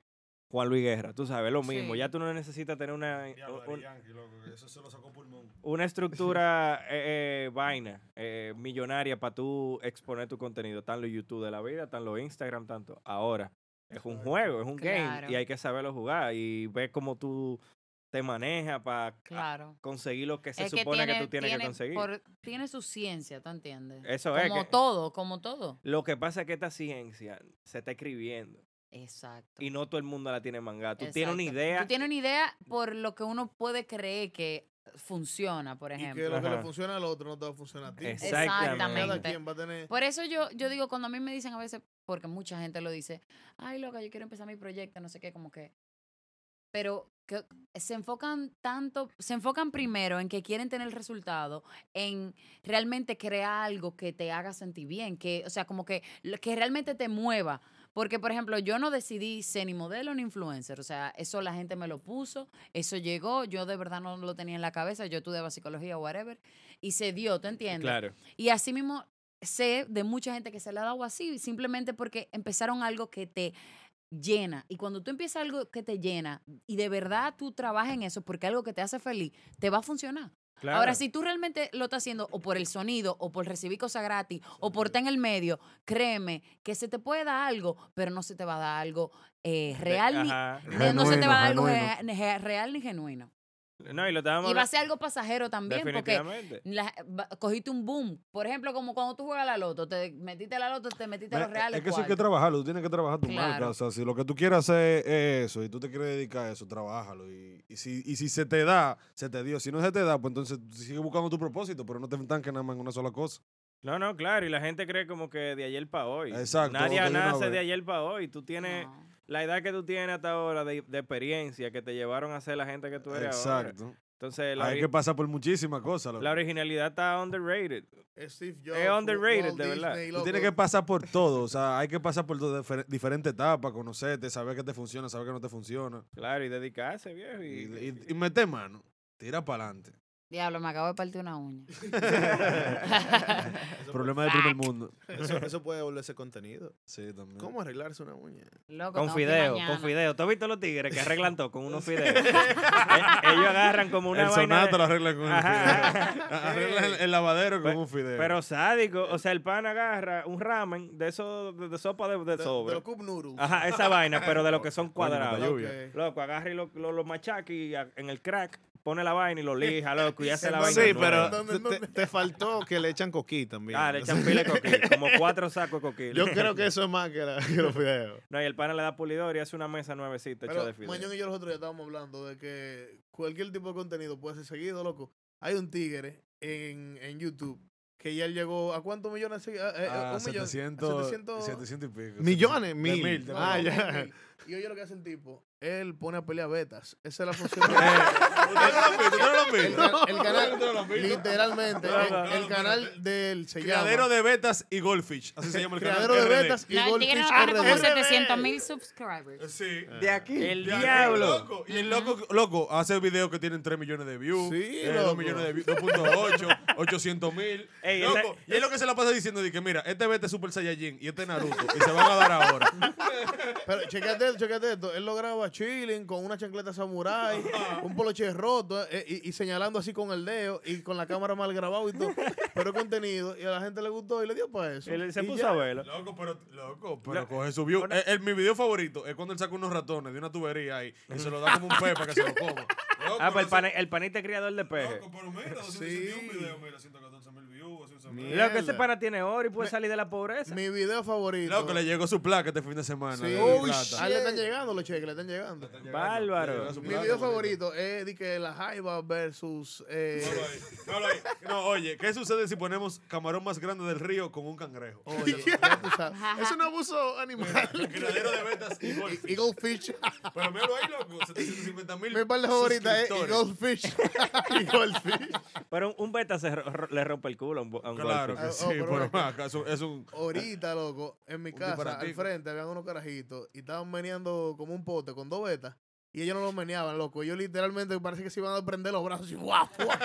Juan Luis Guerra. Tú sabes, lo mismo. Sí. Ya tú no necesitas tener una, Diablo, un- Daddy Yankee, loco, que eso se lo sacó pulmón. una estructura eh, eh, vaina eh, millonaria para tú exponer tu contenido. Están los YouTube de la vida, están los Instagram, tanto. Ahora, es un juego, es un Claro. game y hay que saberlo jugar y ver cómo tú te manejas para Claro. conseguir lo que Ah, se Es supone que, tiene- tú tienes tiene que conseguir. por- tiene su ciencia, ¿tú entiendes? Eso como es que- todo, como todo. Lo que pasa es que esta ciencia se está escribiendo Exacto. y no todo el mundo la tiene mangada. Tú tienes una Exacto. idea. Tú tienes una idea por lo que uno puede creer que funciona, por Y ejemplo. que lo que le Ajá. funciona al otro no te va a funcionar a ti. Exactamente. Cada quien va a tener. Por eso yo, yo digo, cuando a mí me dicen a veces, porque mucha gente lo dice, ay, loca, yo quiero empezar mi proyecto, no sé qué, como que. Pero que se enfocan tanto, se enfocan primero en que quieren tener el resultado, en realmente crear algo que te haga sentir bien, que, o sea, como que, lo- que realmente te mueva. Porque, por ejemplo, yo no decidí ser ni modelo ni influencer. O sea, eso la gente me lo puso, eso llegó, yo de verdad no lo tenía en la cabeza, yo estudiaba psicología o whatever, y se dio, ¿te entiendes? Claro. Y así mismo sé de mucha gente que se le ha dado así, simplemente porque empezaron algo que te llena. Y cuando tú empiezas algo que te llena y de verdad tú trabajas en eso porque algo que te hace feliz, te va a funcionar. Claro. Ahora, si tú realmente lo estás haciendo o por el sonido, o por recibir cosas gratis, o por estar en el medio, créeme que se te puede dar algo, pero no se te va a dar algo eh, real, ni, ajá. no se te va a dar algo Genuino, ge- ge- real ni genuino. No, y lo estábamos Y va a habla- ser algo pasajero también, porque Definitivamente. la- va- cogiste un boom. Por ejemplo, como cuando tú juegas la loto, te metiste a la loto, te metiste a los reales. Eh, Es que eso hay que cuartos. trabajarlo, tú tienes que trabajar tu Claro. marca. O sea, si lo que tú quieres hacer es eso y tú te quieres dedicar a eso, trabájalo. Y, y si, y si se te da, se te dio. Si no se te da, pues entonces sigue buscando tu propósito, pero no te entanques nada más en una sola cosa. No, no, claro, y la gente cree como que de ayer para hoy. Exacto, Nadie de una nace vez. de ayer para hoy. Tú tienes la edad que tú tienes hasta ahora de, de experiencia que te llevaron a ser la gente que tú eres ahora. Exacto. Entonces, la, Hay ori- que pasar por muchísimas cosas. loco. la originalidad está underrated. eh, Steve Jobs. Es underrated, Walt de verdad. Disney, Tú tienes que pasar por todo, o sea, hay que pasar por dos difer- diferentes etapas, conocerte, saber qué te funciona, saber qué no te funciona. Claro, y dedicarse, viejo. Y, y, y meter mano, tira para adelante. Diablo, me acabo de partir una [LAUGHS] [LAUGHS] uña. Problema del primer mundo. Eso, eso puede volverse contenido. Sí, también. ¿Cómo arreglarse una uña? Loco, Con tengo que ir fideo, mañana. con fideo. ¿Tú has visto los tigres que arreglan todo con unos [LAUGHS] fideos? Eh, Ellos agarran como una El vaina sonata de- lo arreglan con un Ajá. fideo. [LAUGHS] Arreglan el, el lavadero con un fideo. Pero sádico, o sea, el pan agarra un ramen de esos de, de sopa de, de sobre. los cup noodles. Ajá, esa vaina, pero de los que son Coño, con la cuadrados. lluvia. Ok. Loco, agarra y lo, lo, lo machaca y a- en el crack pone la vaina y lo lija, loco, y hace la vaina. Sí, nueva. pero te, te faltó que le echan coquí también. Ah, le echan pila de coquí, como cuatro sacos de coquí. Yo creo que eso es más que, la- que los fideos. No, y el pana le da pulidor y hace una mesa nuevecita hecha Pero de fideo. Mañón y yo los otros días estábamos hablando de que cualquier tipo de contenido puede ser seguido, loco. Hay un tigre en, en YouTube que ya él llegó a cuántos millones de segui- a- eh, Ah, un millón, a 700, 700 700 y pico. Millones, De mil. de Ah, [LAUGHS] mil. Eh, ya. Y oye lo que hace el tipo. Él pone a pelear betas. Esa es la función. de- Eh, ¿Usted no lo ha visto? ¿Usted no lo ha visto? El, el canal, ¿Usted no lo ha visto? literalmente, No, el, no, el no, canal del se llama- Criadero de betas y goldfish. Así se llama el canal. E. Criadero de RD. betas No, el tigre no gana como 700 [LAUGHS] mil subscribers. Eh, Sí. De aquí. El De aquí, diablo. loco. Y el loco, loco, hace videos que tienen 3 millones de views. Sí, eh, loco. 2 millones de views, [LAUGHS] 2.8, 800 mil. Ey, Loco, esa- y es lo que se la pasa diciendo de que mira, este vete es Super Saiyajin y este es Naruto. y se van a dar [LAUGHS] ahora. Pero chequete, esto, chequete esto. Él lo graba chilling con una chancleta samurai, un poloche roto eh, y, y señalando así con el dedo y con la cámara mal grabado y todo. Pero el contenido y a la gente le gustó y le dio para eso. Él se Y puso ya. a verlo. Loco, pero, loco, pero coge su view. Eh, eh, mi video favorito es cuando él saca unos ratones de una tubería ahí y se lo da como un pez para que se [LAUGHS] lo coma. Loco, Ah, pues el, no sé- pana- el panita es criador de peje. Loco, pero mira, 261 videos, mira, 114 mil views. 111 mil. ese pana tiene oro y puede salir de la pobreza. Mi video favorito. Loco, le llegó su placa este fin de semana. Sí. de Uy, plata. ah, le están llegando los cheques, le están llegando. Bárbaro. Le llegó su Mi plata, video bonito. favorito es de que la Jaiba versus. eh, No, lo hay. No, oye, ¿qué sucede si ponemos camarón más grande del río con un cangrejo? [LAUGHS] Oye, Es un abuso animal. [LAUGHS] criadero de betas y goldfish. Y goldfish. Pero míralo ahí, loco. 750 mil. Mi parte favorita es suscriptores. Goldfish. [LAUGHS] Pero un, un beta se ro- ro- le rompe el culo a un, bo- a un Claro golfing. Ah, que oh, sí, pero acá es un- es un. Ahorita, loco, en mi Un casa, al disparatico. frente, habían unos carajitos y estaban meneando como un pote con dos betas. Y ellos no lo meneaban, loco. Ellos literalmente parece que se iban a prender los brazos y guau, guau.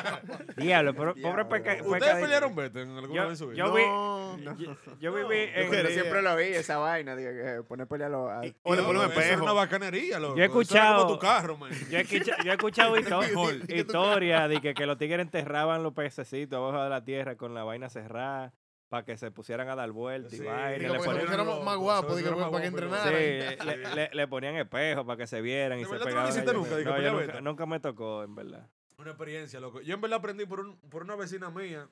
Diablo, pero pobre peca. ¿Ustedes pelearon Beto en alguna Yo- vez en su vida? yo vi- [LAUGHS] yo- yo viví en- Yo siempre lo vi, esa vaina, digo, que pone pelea a los. a- O le No, ponen un eso era espejo. una vaca- bacanería, loco. Yo he Eso era escuchado. como tu carro, man. [LAUGHS] Yo he escucha- yo he escuchado [LAUGHS] Mejor. histo- historias de que, que [LAUGHS] los tigres enterraban los pececitos abajo de la tierra con la vaina cerrada para que se pusieran a dar vueltas y vaina. Digo, le porque se ponían- pusieran más- más guapos, digo, para que entrenaran. Sí, [LAUGHS] le, le- le ponían espejos para que se vieran y se verdad tú no pegaban. hiciste allá. nunca, de que No, yo pelea nunca, beta? nunca me tocó, en verdad. [LAUGHS] Una experiencia, loco. Yo en verdad aprendí por, un, por una [LAUGHS] vecina mía.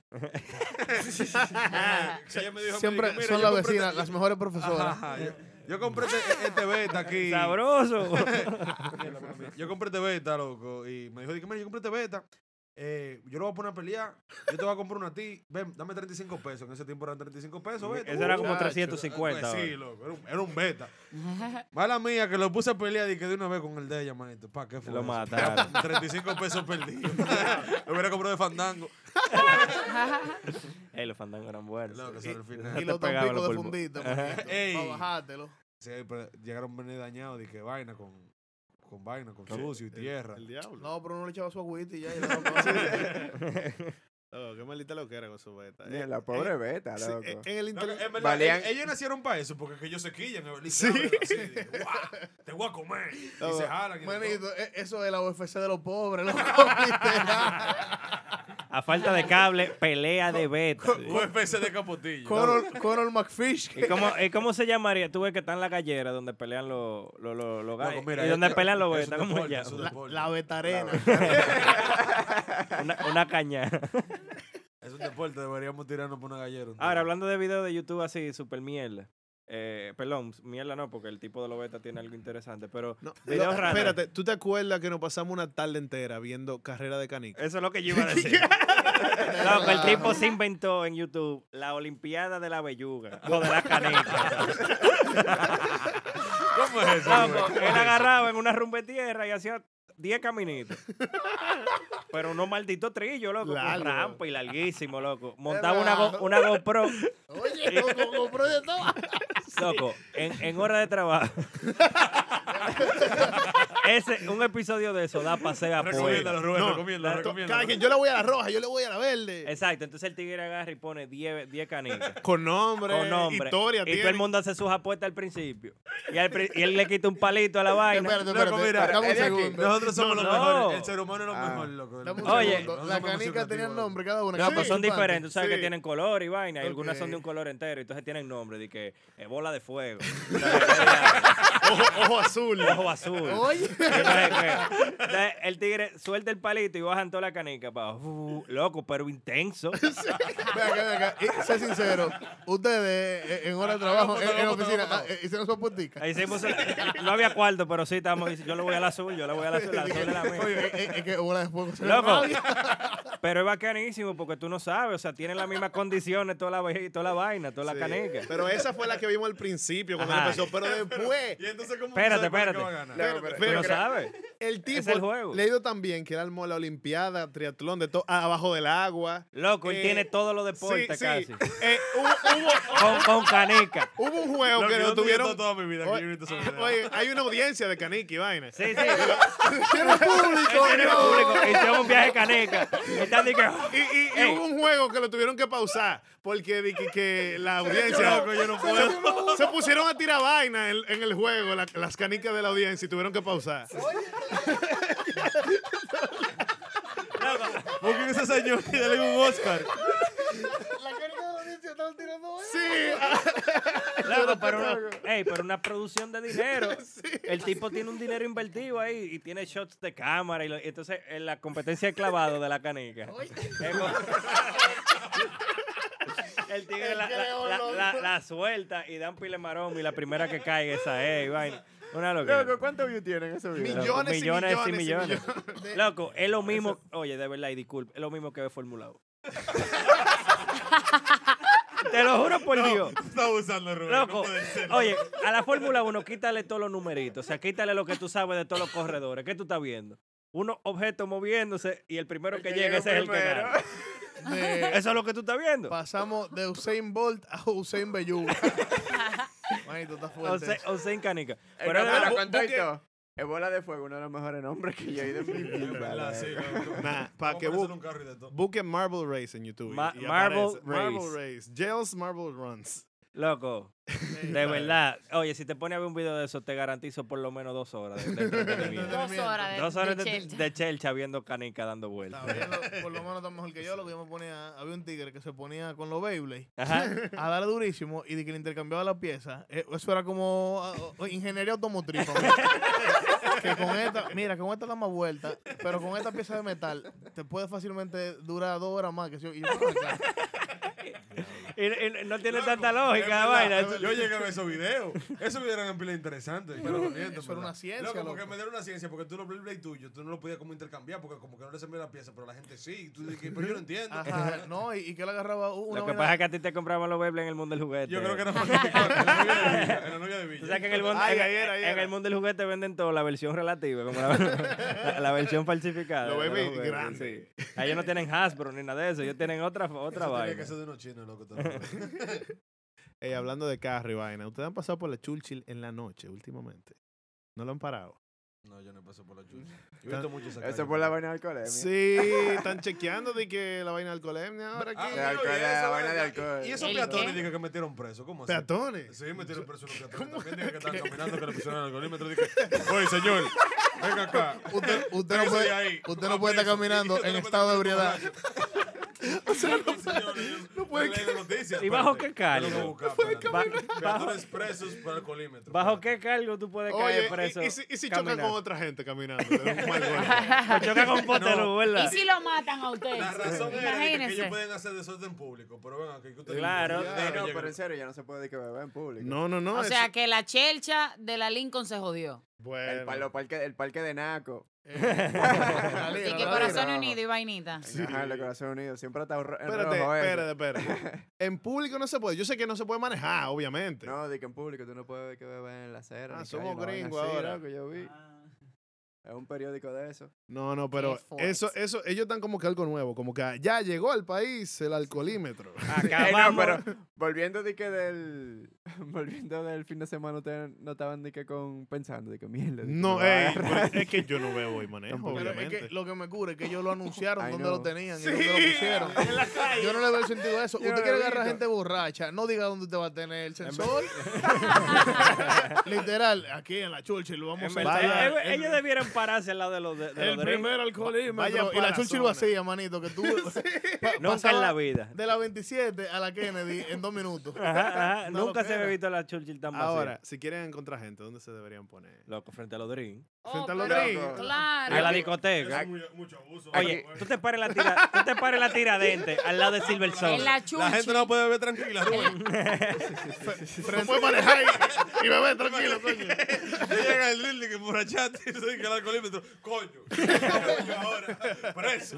Ella me dijo, me Siempre dijo, "Mira, yo son las compré [LAUGHS] vecinas, este- las mejores profesoras. Ajá, yo, yo compré este, este beta aquí. Sabroso. [LAUGHS] [LAUGHS] yo compré este beta, loco. Y me dijo, dije, mira, yo compré este beta. eh, yo lo voy a poner a pelear. Yo te voy a comprar una a ti. Ven, dame 35 pesos. En ese tiempo eran 35 pesos, beta. Eso era como Muchacho, 350 eh, pues sí, ahora. loco. Era un, era un beta. Mala mía, que lo puse a pelear y que de una vez con el de ella, manito. Pa, ¿qué fue? Lo eso? [LAUGHS] mataron. 35 pesos perdidos. [LAUGHS] lo hubiera comprado de fandango. Ey, los fandangos eran buenos. Loco, Y- eso era el final. te Y los pegaban tampico de pulmones. fundita, Ajá. Ey. para bajártelo. Sí, pero llegaron venir dañados de que vaina con, con vaina, con Sí. sucio y El- tierra. el diablo. No, pero uno le echaba su agüita [LAUGHS] y ya. y le daba pa- Oh, qué maldita lo que era con su beta. Ni Eh, la pobre eh, beta, sí, loco. eh, en el Loco, internet. en verdad, Valían- el- ellos nacieron para eso, porque que ellos se quillan. ¿no? Y se Sí. abren así, de que, "Guau, te voy a comer. Y se jalan. y de todo. [LAUGHS] [LAUGHS] Manito, e- eso es la UFC de los pobres, loco. literal. A falta de cable, pelea de beta. UFC de capotillo. Conor, Conor McFish. ¿Y cómo, y cómo se llamaría? Tú ves que está en la gallera donde pelean los los los los gallos. Loco, mira, y donde es- pelean los es un betas. ¿Cómo se deporte, llama? es un deporte. La betarena. una, una caña. Es un deporte, deberíamos tirarnos por una gallera. Ahora, hablando de videos de YouTube así, super mierda. Eh, perdón, mierda no, porque el tipo de los betas tiene algo interesante, pero videos Lo- raros. espérate, ¿tú te acuerdas que nos pasamos una tarde entera viendo carrera de canicas? Eso es lo que yo iba a [LAUGHS] decir. Loco, el tipo se inventó en YouTube la Olimpiada de la [LAUGHS] Belluga o de la Canica. ¿Cómo es eso, Loco, güey? ¿Cómo es él eso? agarraba en una rumba de tierra y hacía 10 caminitos. Pero unos malditos trillos, loco, Largo. con rampa y larguísimo, loco. Montaba una, go- una GoPro, Oye, con GoPro de todo. loco, en, en hora de trabajo. Ese, un episodio de eso da paseo a Recomiéndalo, Rubén, No, recomiéndalo, da- recomiéndalo. Cada quien, yo le voy a la roja, yo le voy a la verde. Exacto, entonces el tigre agarra y pone 10 10 canicas. Con nombre, Con nombre. historia Y tiene. todo el mundo hace sus apuestas al principio. Y, al pri- y él le quita un palito a la vaina. Loco, mira, mira aquí, nosotros somos los mejores. El ser humano es lo Ah. mejor, loco. Dame un Oye, segundo. Las canicas tenían nombre cada una. No, pues son Participante. diferentes. Tú sabes que Sí. tienen color y vaina. Y algunas son de un color entero. Y entonces tienen nombre. De que eh, bola de fuego. O sea, ojo, ojo azul. Ojo azul. Oye. Entonces, que- entonces, el tigre suelta el palito y bajan toda la canica. pa, uh, loco, pero intenso. Ve acá, ve acá. Y, sé sincero, ustedes eh, en hora de trabajo, en, en oficina, ah, eh, hicieron su apuestica. Ahí hicimos la- no había cuarto, pero sí estábamos. dic- Yo le voy al azul, yo le voy al azul, la azul es la mía. Oye, es, es que hora de fuego se Loco, llama. pero es bacanísimo porque tú no sabes, o sea, tienen las mismas condiciones toda la, ve- toda la vaina, toda la Eh, canica. Pero esa fue la que vimos al principio cuando Ajá. empezó. Pero [LAUGHS] después. Y entonces, ¿cómo Espérate, espérate. Pero- pero- Tú no sabes. El tipo Es el juego. leído también que él armó la Olimpiada, triatlón, de todo, ah, abajo del agua. Loco, él tiene todos los deportes casi. Eh, hubo, [LAUGHS] Con, con canica. hubo un juego Lo que que lo yo tuve tuvieron. toda mi vida Oye, oye, hay una audiencia de canica y vaina. Sí, sí. Tiene público. Tiene público. Hicieron un viaje de canica. Están de que- Y, y- y hubo un juego que lo tuvieron que pausar porque di que, [LAUGHS] que la audiencia Loco, yo no se, puedo. se pusieron a tirar vaina en, en el juego, la- las canicas de la audiencia y tuvieron que pausar. Busquen ese señor y dale un Oscar. La canica de la audiencia estaba tirando. Sí. [LAUGHS] Loco, pero, una, ey, pero una producción de dinero. [LAUGHS] El tipo tiene un dinero invertido ahí y tiene shots de cámara. Y lo- entonces, en la competencia de clavado de la canica. [LAUGHS] Eh, con- El tigre la, la- la- la- la suelta y dan pile marón y la primera que caiga esa es. y vaina. Una locura. Loco, ¿cuántos views tienen ese video? Loco, millones y millones. Loco, es lo mismo. Oye, de verdad, y disculpe, es lo mismo que ve Fórmula 1. [LAUGHS] Te lo juro por No, Dios. Está abusando, Rubén. no Loco, puede ser. oye, a la Fórmula 1 quítale todos los numeritos, o sea, quítale lo que tú sabes de todos los corredores. ¿Qué tú estás viendo? Unos objetos moviéndose y el primero que, llega, ese es el que primero. gana. Eso es lo que tú estás viendo. Pasamos de Usain Bolt a [LAUGHS] Usain Belluga. Manito, está O fuerte. sea, o sea, en canica. Pero Pero para bu- cuánto y busque- todo. Es bola de fuego, uno de los mejores nombres que yo he oído en [LAUGHS] mi vida. para que bu- busquen Marble Race en YouTube. y- Ma- y Marble aparece. Marble Race. Race. Jails Marble Runs. Loco, de Vale. verdad. Oye, si te pones a ver un video de eso, te garantizo por lo menos dos horas de, de [LAUGHS] entretenimiento. Dos horas de- Dos horas de de, chelcha. de chelcha viendo canica dando vueltas. Por lo menos está mejor que yo. Lo que yo me ponía, había un tigre que se ponía con los Beyblade [LAUGHS] Ajá. a dar durísimo y de que le intercambiaba las piezas. Eh, Eso era como ah, oh, ingeniería automotriz. para mí. que con esta, mira, con esta da más vuelta, pero con esta pieza de metal te puede fácilmente durar dos horas más. Que si yo, y yo, Y, y no tiene Loco, tanta es lógica la verdad, vaina. es verdad. Yo llegué a ver esos videos. Esos videos eran en pila interesantes. Pero dolientes, Eso era ¿verdad? una ciencia, Loco, porque loco. me dieron una ciencia, porque tú los Beyblade tuyos, tú no lo podías como intercambiar, porque como que no les envió la pieza, pero la gente sí. Y tú dices, pero yo no entiendo. Ajá, no, y, y que él agarraba una Lo que vaina- pasa es que a ti te compraban los Beyblades en el mundo del juguete. [LAUGHS] Yo creo que no fue en la novia de Villa. O sea que en el, mundo, Ay, en- ahí era, ahí en era. el mundo del juguete venden todo, la versión relativa, como la, [LAUGHS] la- la versión falsificada. Los de los Beyblade juguetes, grandes. Ah, sí. Ellos no tienen Hasbro ni nada de eso, ellos tienen otra, otra Eso vaina. tenía que ser de unos chinos, loco. también. Ey, Eh, hablando de carro y vaina, ¿ustedes han pasado por la Churchill en la noche últimamente? ¿No lo han parado? No, yo no paso por la chucha. Yo he visto mucho esa Eso calle. es por la vaina de alcoholemia. Sí, [LAUGHS] están chequeando de que la vaina de alcoholemia ahora Ah, no, aquí. y la esa vaina de vaina- alcohol. Y esos ¿El peatones qué? dije que metieron preso. ¿Cómo así? ¿Peatones? Sí, metieron preso los peatones. También dije que estaban caminando, que le pusieron el alcoholímetro. Dije, oye, señor, venga acá. Usted, usted no Tráigase de puede, ahí. usted no puede estar preso. caminando Usted en no puede estado de estar ebriedad. borracho. O sea, no puede. No puede Lee las noticias, ¿Y bajo espérate. qué cargo? Yo lo voy a buscar, No puede [LAUGHS] espérate. caminar. Peatones Bajo- presos por alcoholímetro. ¿Bajo qué cargo tú puedes Oye, caer preso? y, y si, y si choca caminando? con otra gente caminando. Es un mal golpe. O choca con un pote de luz, ¿verdad? ¿Y si lo matan a usted? La razón es de que ellos Imagínense. pueden hacer desorden público, pero ven aquí que ustedes- Claro. Ya, No, llega. pero en serio, ya no se puede que beber en público. No, no, no. o sea, que la chelcha de la Lincoln se jodió. El, pa- lo parque, el parque de Naco. Eh, [LAUGHS] y que Corazón Unido y vainita. Ajá, el corazón unido. Siempre está en Espérate, rojo eso. espérate, [LAUGHS] espérate. En público no se puede. Yo sé que no se puede manejar, obviamente. No, de que en público tú no puedes que beber en la acera. Ah, ni calle, somos una vaina gringos así, ahora. Ah. loco, yo vi. Es un periódico de eso. No, no, pero Qué fuerte. eso, eso, ellos están como que algo nuevo, como que ya llegó al país el alcoholímetro. Ey, no, pero volviendo de que del [LAUGHS] volviendo del fin de semana ustedes no estaban de que con pensando de que mierda. de que [LAUGHS] No, me va a ey, agarrar. pues, es que yo no bebo y manejo, Tampoco. Pero es que lo que me cura es que ellos lo anunciaron I donde know. lo tenían y Sí, dónde lo pusieron. en la calle. Yo no le veo el [LAUGHS] sentido a eso. Yo no usted lo quiere he agarrar visto. gente borracha, no diga dónde usted va a tener el sensor. [LAUGHS] Literal, aquí en la Churchill lo vamos En a verdad, instalar. ellos- ellos debieran pararse al lado de los de, de El los drinks. primer Vaya y la Churchill vacía, manito, que [LAUGHS] tú pa- Nunca en pasaba la vida. [LAUGHS] De la 27 a la Kennedy en dos minutos. Ajá, ajá, Una Nunca se loquera. había visto la Churchill tan vacía. Ahora, si quieren encontrar gente, ¿dónde se deberían poner? Loco, frente a los drinks. Frente a los pero- drinks. Oh, Claro. A la discoteca. Eso es muy- mucho abuso. Oye, tú te pares la tira, tú te pares la tiradente al lado de Silver Sun. En la [LAUGHS] La gente no puede beber tranquila, Rubén. No puede manejar y, y beber tranquilo, coño. Llega el Lili que emborrachate y se dice al alcoholímetro. Coño, coño, ahora, preso.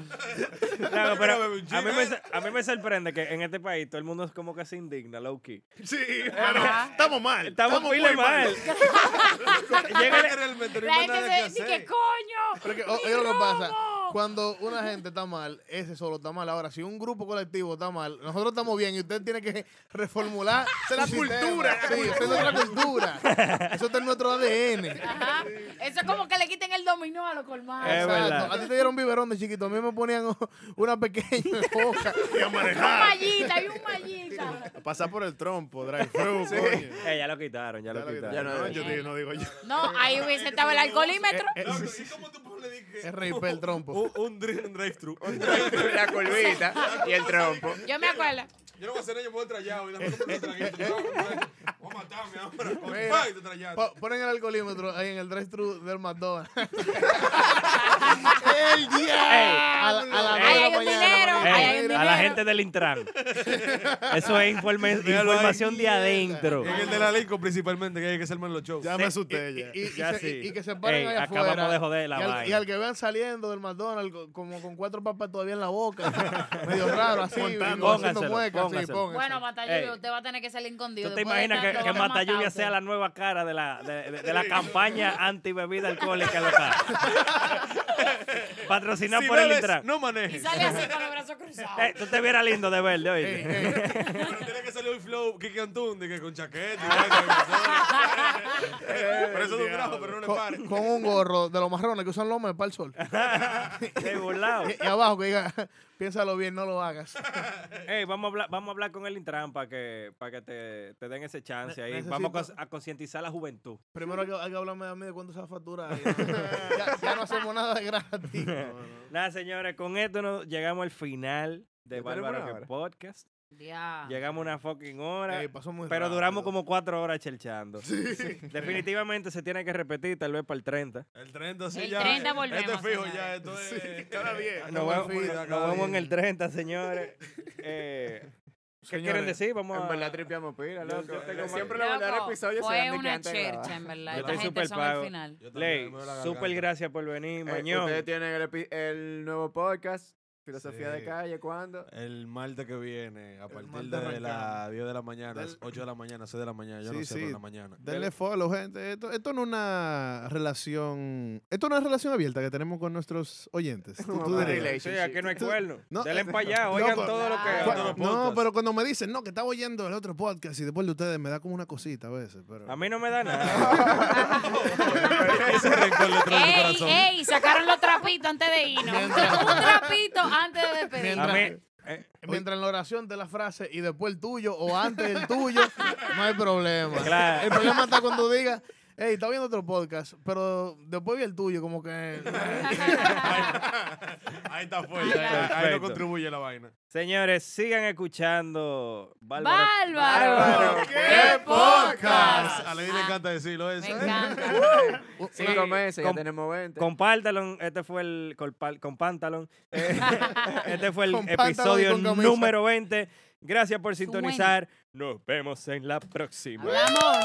Claro, pero a Bebe un mí, gin, me, ¿eh? sor- a mí me sorprende que en este país todo el mundo es como que se indigna, low key. Sí, pero estamos mal. Estamos pile muy mal. [LAUGHS] Llega el- Realmente no La hay más gente se nada que dice, ¿qué hacer. coño? Oh, Pero es que, o- oye lo que pasa, cuando una gente está mal, ese solo está mal. Ahora, si un grupo colectivo está mal, nosotros estamos bien y usted tiene que reformular su [LAUGHS] La sistema. cultura, la Sí, esa es nuestra [LAUGHS] cultura. Eso está en nuestro ADN. Ajá. [LAUGHS] Eso es como que le quiten el dominó a los colmados. Exacto. A ti te dieron biberón de chiquito, a mí me ponían una [LAUGHS] pequeña boca. Y a Un manejar. mallita y un mallita. A pasar por el trompo, [LAUGHS] drive thru, Sí. coño. Eh, ya lo quitaron, ya, lo quitaron. No, yo digo, no digo yo. No, ahí hubiese estado el alcoholímetero. Eh, Loco, ¿y cómo tú puedes le dije? Es reír el trompo. Un, un drink, un drive-thru. la [LAUGHS] curvita y el trompo. eh. Yo me acuerdo. Yo no voy a hacer ello, voy a trayado. Y dame un traguito. Voy a matarme ahora. Mira, Coño, ay, te trayaste. po- ponen el alcoholímetro ahí en el drive-thru del McDonald's. ¡El diablo! A la- a la Ahí una de la hay un mañana, dinero, ahí manito. Ey, hay un a la dinero. gente del Intran. Eso es informe- [LAUGHS] Míralo ahí. información de adentro. En el de la Lincoln principalmente, que hay que ser más los shows. Ya me asusté Y, ya. y- y Ya se- sí. y- y que se paren Ey, allá acabamos afuera, de joder la y al, vaina. Y al que vean saliendo del McDonald's co- como con cuatro papas todavía en la boca, [LAUGHS] medio raro, así, y Montando. como haciendo Póngaselo, muecas, sí, póngaselo. póngaselo. Bueno, Ey. Matalluvia, usted va a tener que salir con Dios. ¿Tú te después de imaginas que, tanto que haber matado Matalluvia usted? sea la nueva cara de la, de, de- de la campaña anti-bebida alcohólica local? [LAUGHS] Patrocinada Si por el bebes, Intran. No Y manejes. sale así con los [LAUGHS] brazos cruzados. Eh, tú te vieras lindo de verde, oye. Pero tiene que salir el flow Kiki Antun, de que con chaqueta y vaina, que todo. Por eso es un trajo, pero no le pares. Con, con un gorro de los marrones que usan los hombres para el sol. [LAUGHS] Ey, burlao. y, Eh, y abajo que diga, [LAUGHS] piénsalo bien, no lo hagas. eh. Ey, vamos, a hablar, vamos a hablar con el Intran para que, para que te, te den ese chance ahí. necesito- Vamos a cons- a concientizar a la juventud. Primero hay que, hay que hablarme a mí de cuánto se va [LAUGHS] a facturar. ya, ya no hacemos nada de gratis. Nada, señores, con esto nos llegamos al final de Ya tenemos Bárbaro una que hora. Podcast. Ah. Ya. Llegamos a una fucking hora. Ey, pasó muy Pero rápido. duramos como cuatro horas chelchando. [LAUGHS] Definitivamente se tiene que repetir, tal vez para el 30. El 30, sí, El ya. 30 Este volvemos, es fijo señores. ya, esto es. Cada diez. Nos buen vemos, fin, nos- nos cada vemos en bien. el 30, señores. Eh, ¿Qué Señores, quieren decir? Vamos En a... verdad tripeamos Yo- pila, loco. yo tengo Siempre Loco, los verdaderos episodios se fue dan de que una antes de grabar. chercha, en verdad. Yo Esta estoy gente súper son al pago. final. Yo también, Ley, me duele la súper garganta. gracias por venir, Eh, Mañón. Ustedes tienen el, epi- el nuevo podcast, Filosofía Sí. de Calle, ¿cuándo? El martes que viene, a partir martes de las arrancamos. 10 de la mañana, Del- las 8 de la mañana, 6 de la mañana, yo no Sí, sé, sí. pero en la mañana. Denle follow, gente. Esto, esto no es una relación. Esto no es una relación abierta que tenemos con nuestros oyentes. Tú- tú Vamos a dirías. darle. Sí, aquí no hay cuerno. No, Denle eh, para allá, loco, oigan todo lo que... Claro. Cua- Todos los No, podcasts. pero cuando me dicen, no, que estaba oyendo el otro podcast y después de ustedes me da como una cosita a veces. [LAUGHS] Pero... [LAUGHS] A mí no me da nada. Ese rencor le trae en Ey, su corazón. ey, sacaron los trapitos antes de irnos. Un trapito antes de despedirnos. A mí... eh, Mientras en la oración de la frase [LAUGHS] y después el tuyo o antes el tuyo, no hay problema. Claro. [LAUGHS] El problema está cuando diga, Ey, estaba viendo otro podcast, pero después vi el tuyo, como [LAUGHS] que. Ahí está fuerte. Ahí no Perfecto. contribuye la vaina. Señores, sigan escuchando. Bárbaro. ¡Bárbaro! ¡Bárbaro! ¡Qué podcast! A Lady Ah. le encanta decirlo eso, Me ¿eh? encanta. Uh, Cinco meses, ya tenemos 20. Con Pantalón, este fue el. Con, pal- con Pantalón. [LAUGHS] eh, [LAUGHS] este fue el Con pantalón y episodio con camisa. número 20. Gracias por sintonizar. Nos vemos en la próxima. ¡Vamos!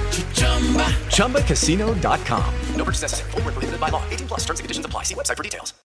ChumbaCasino.com. No purchase necessary. Void where prohibited by law. 18 plus terms and conditions apply. See website for details.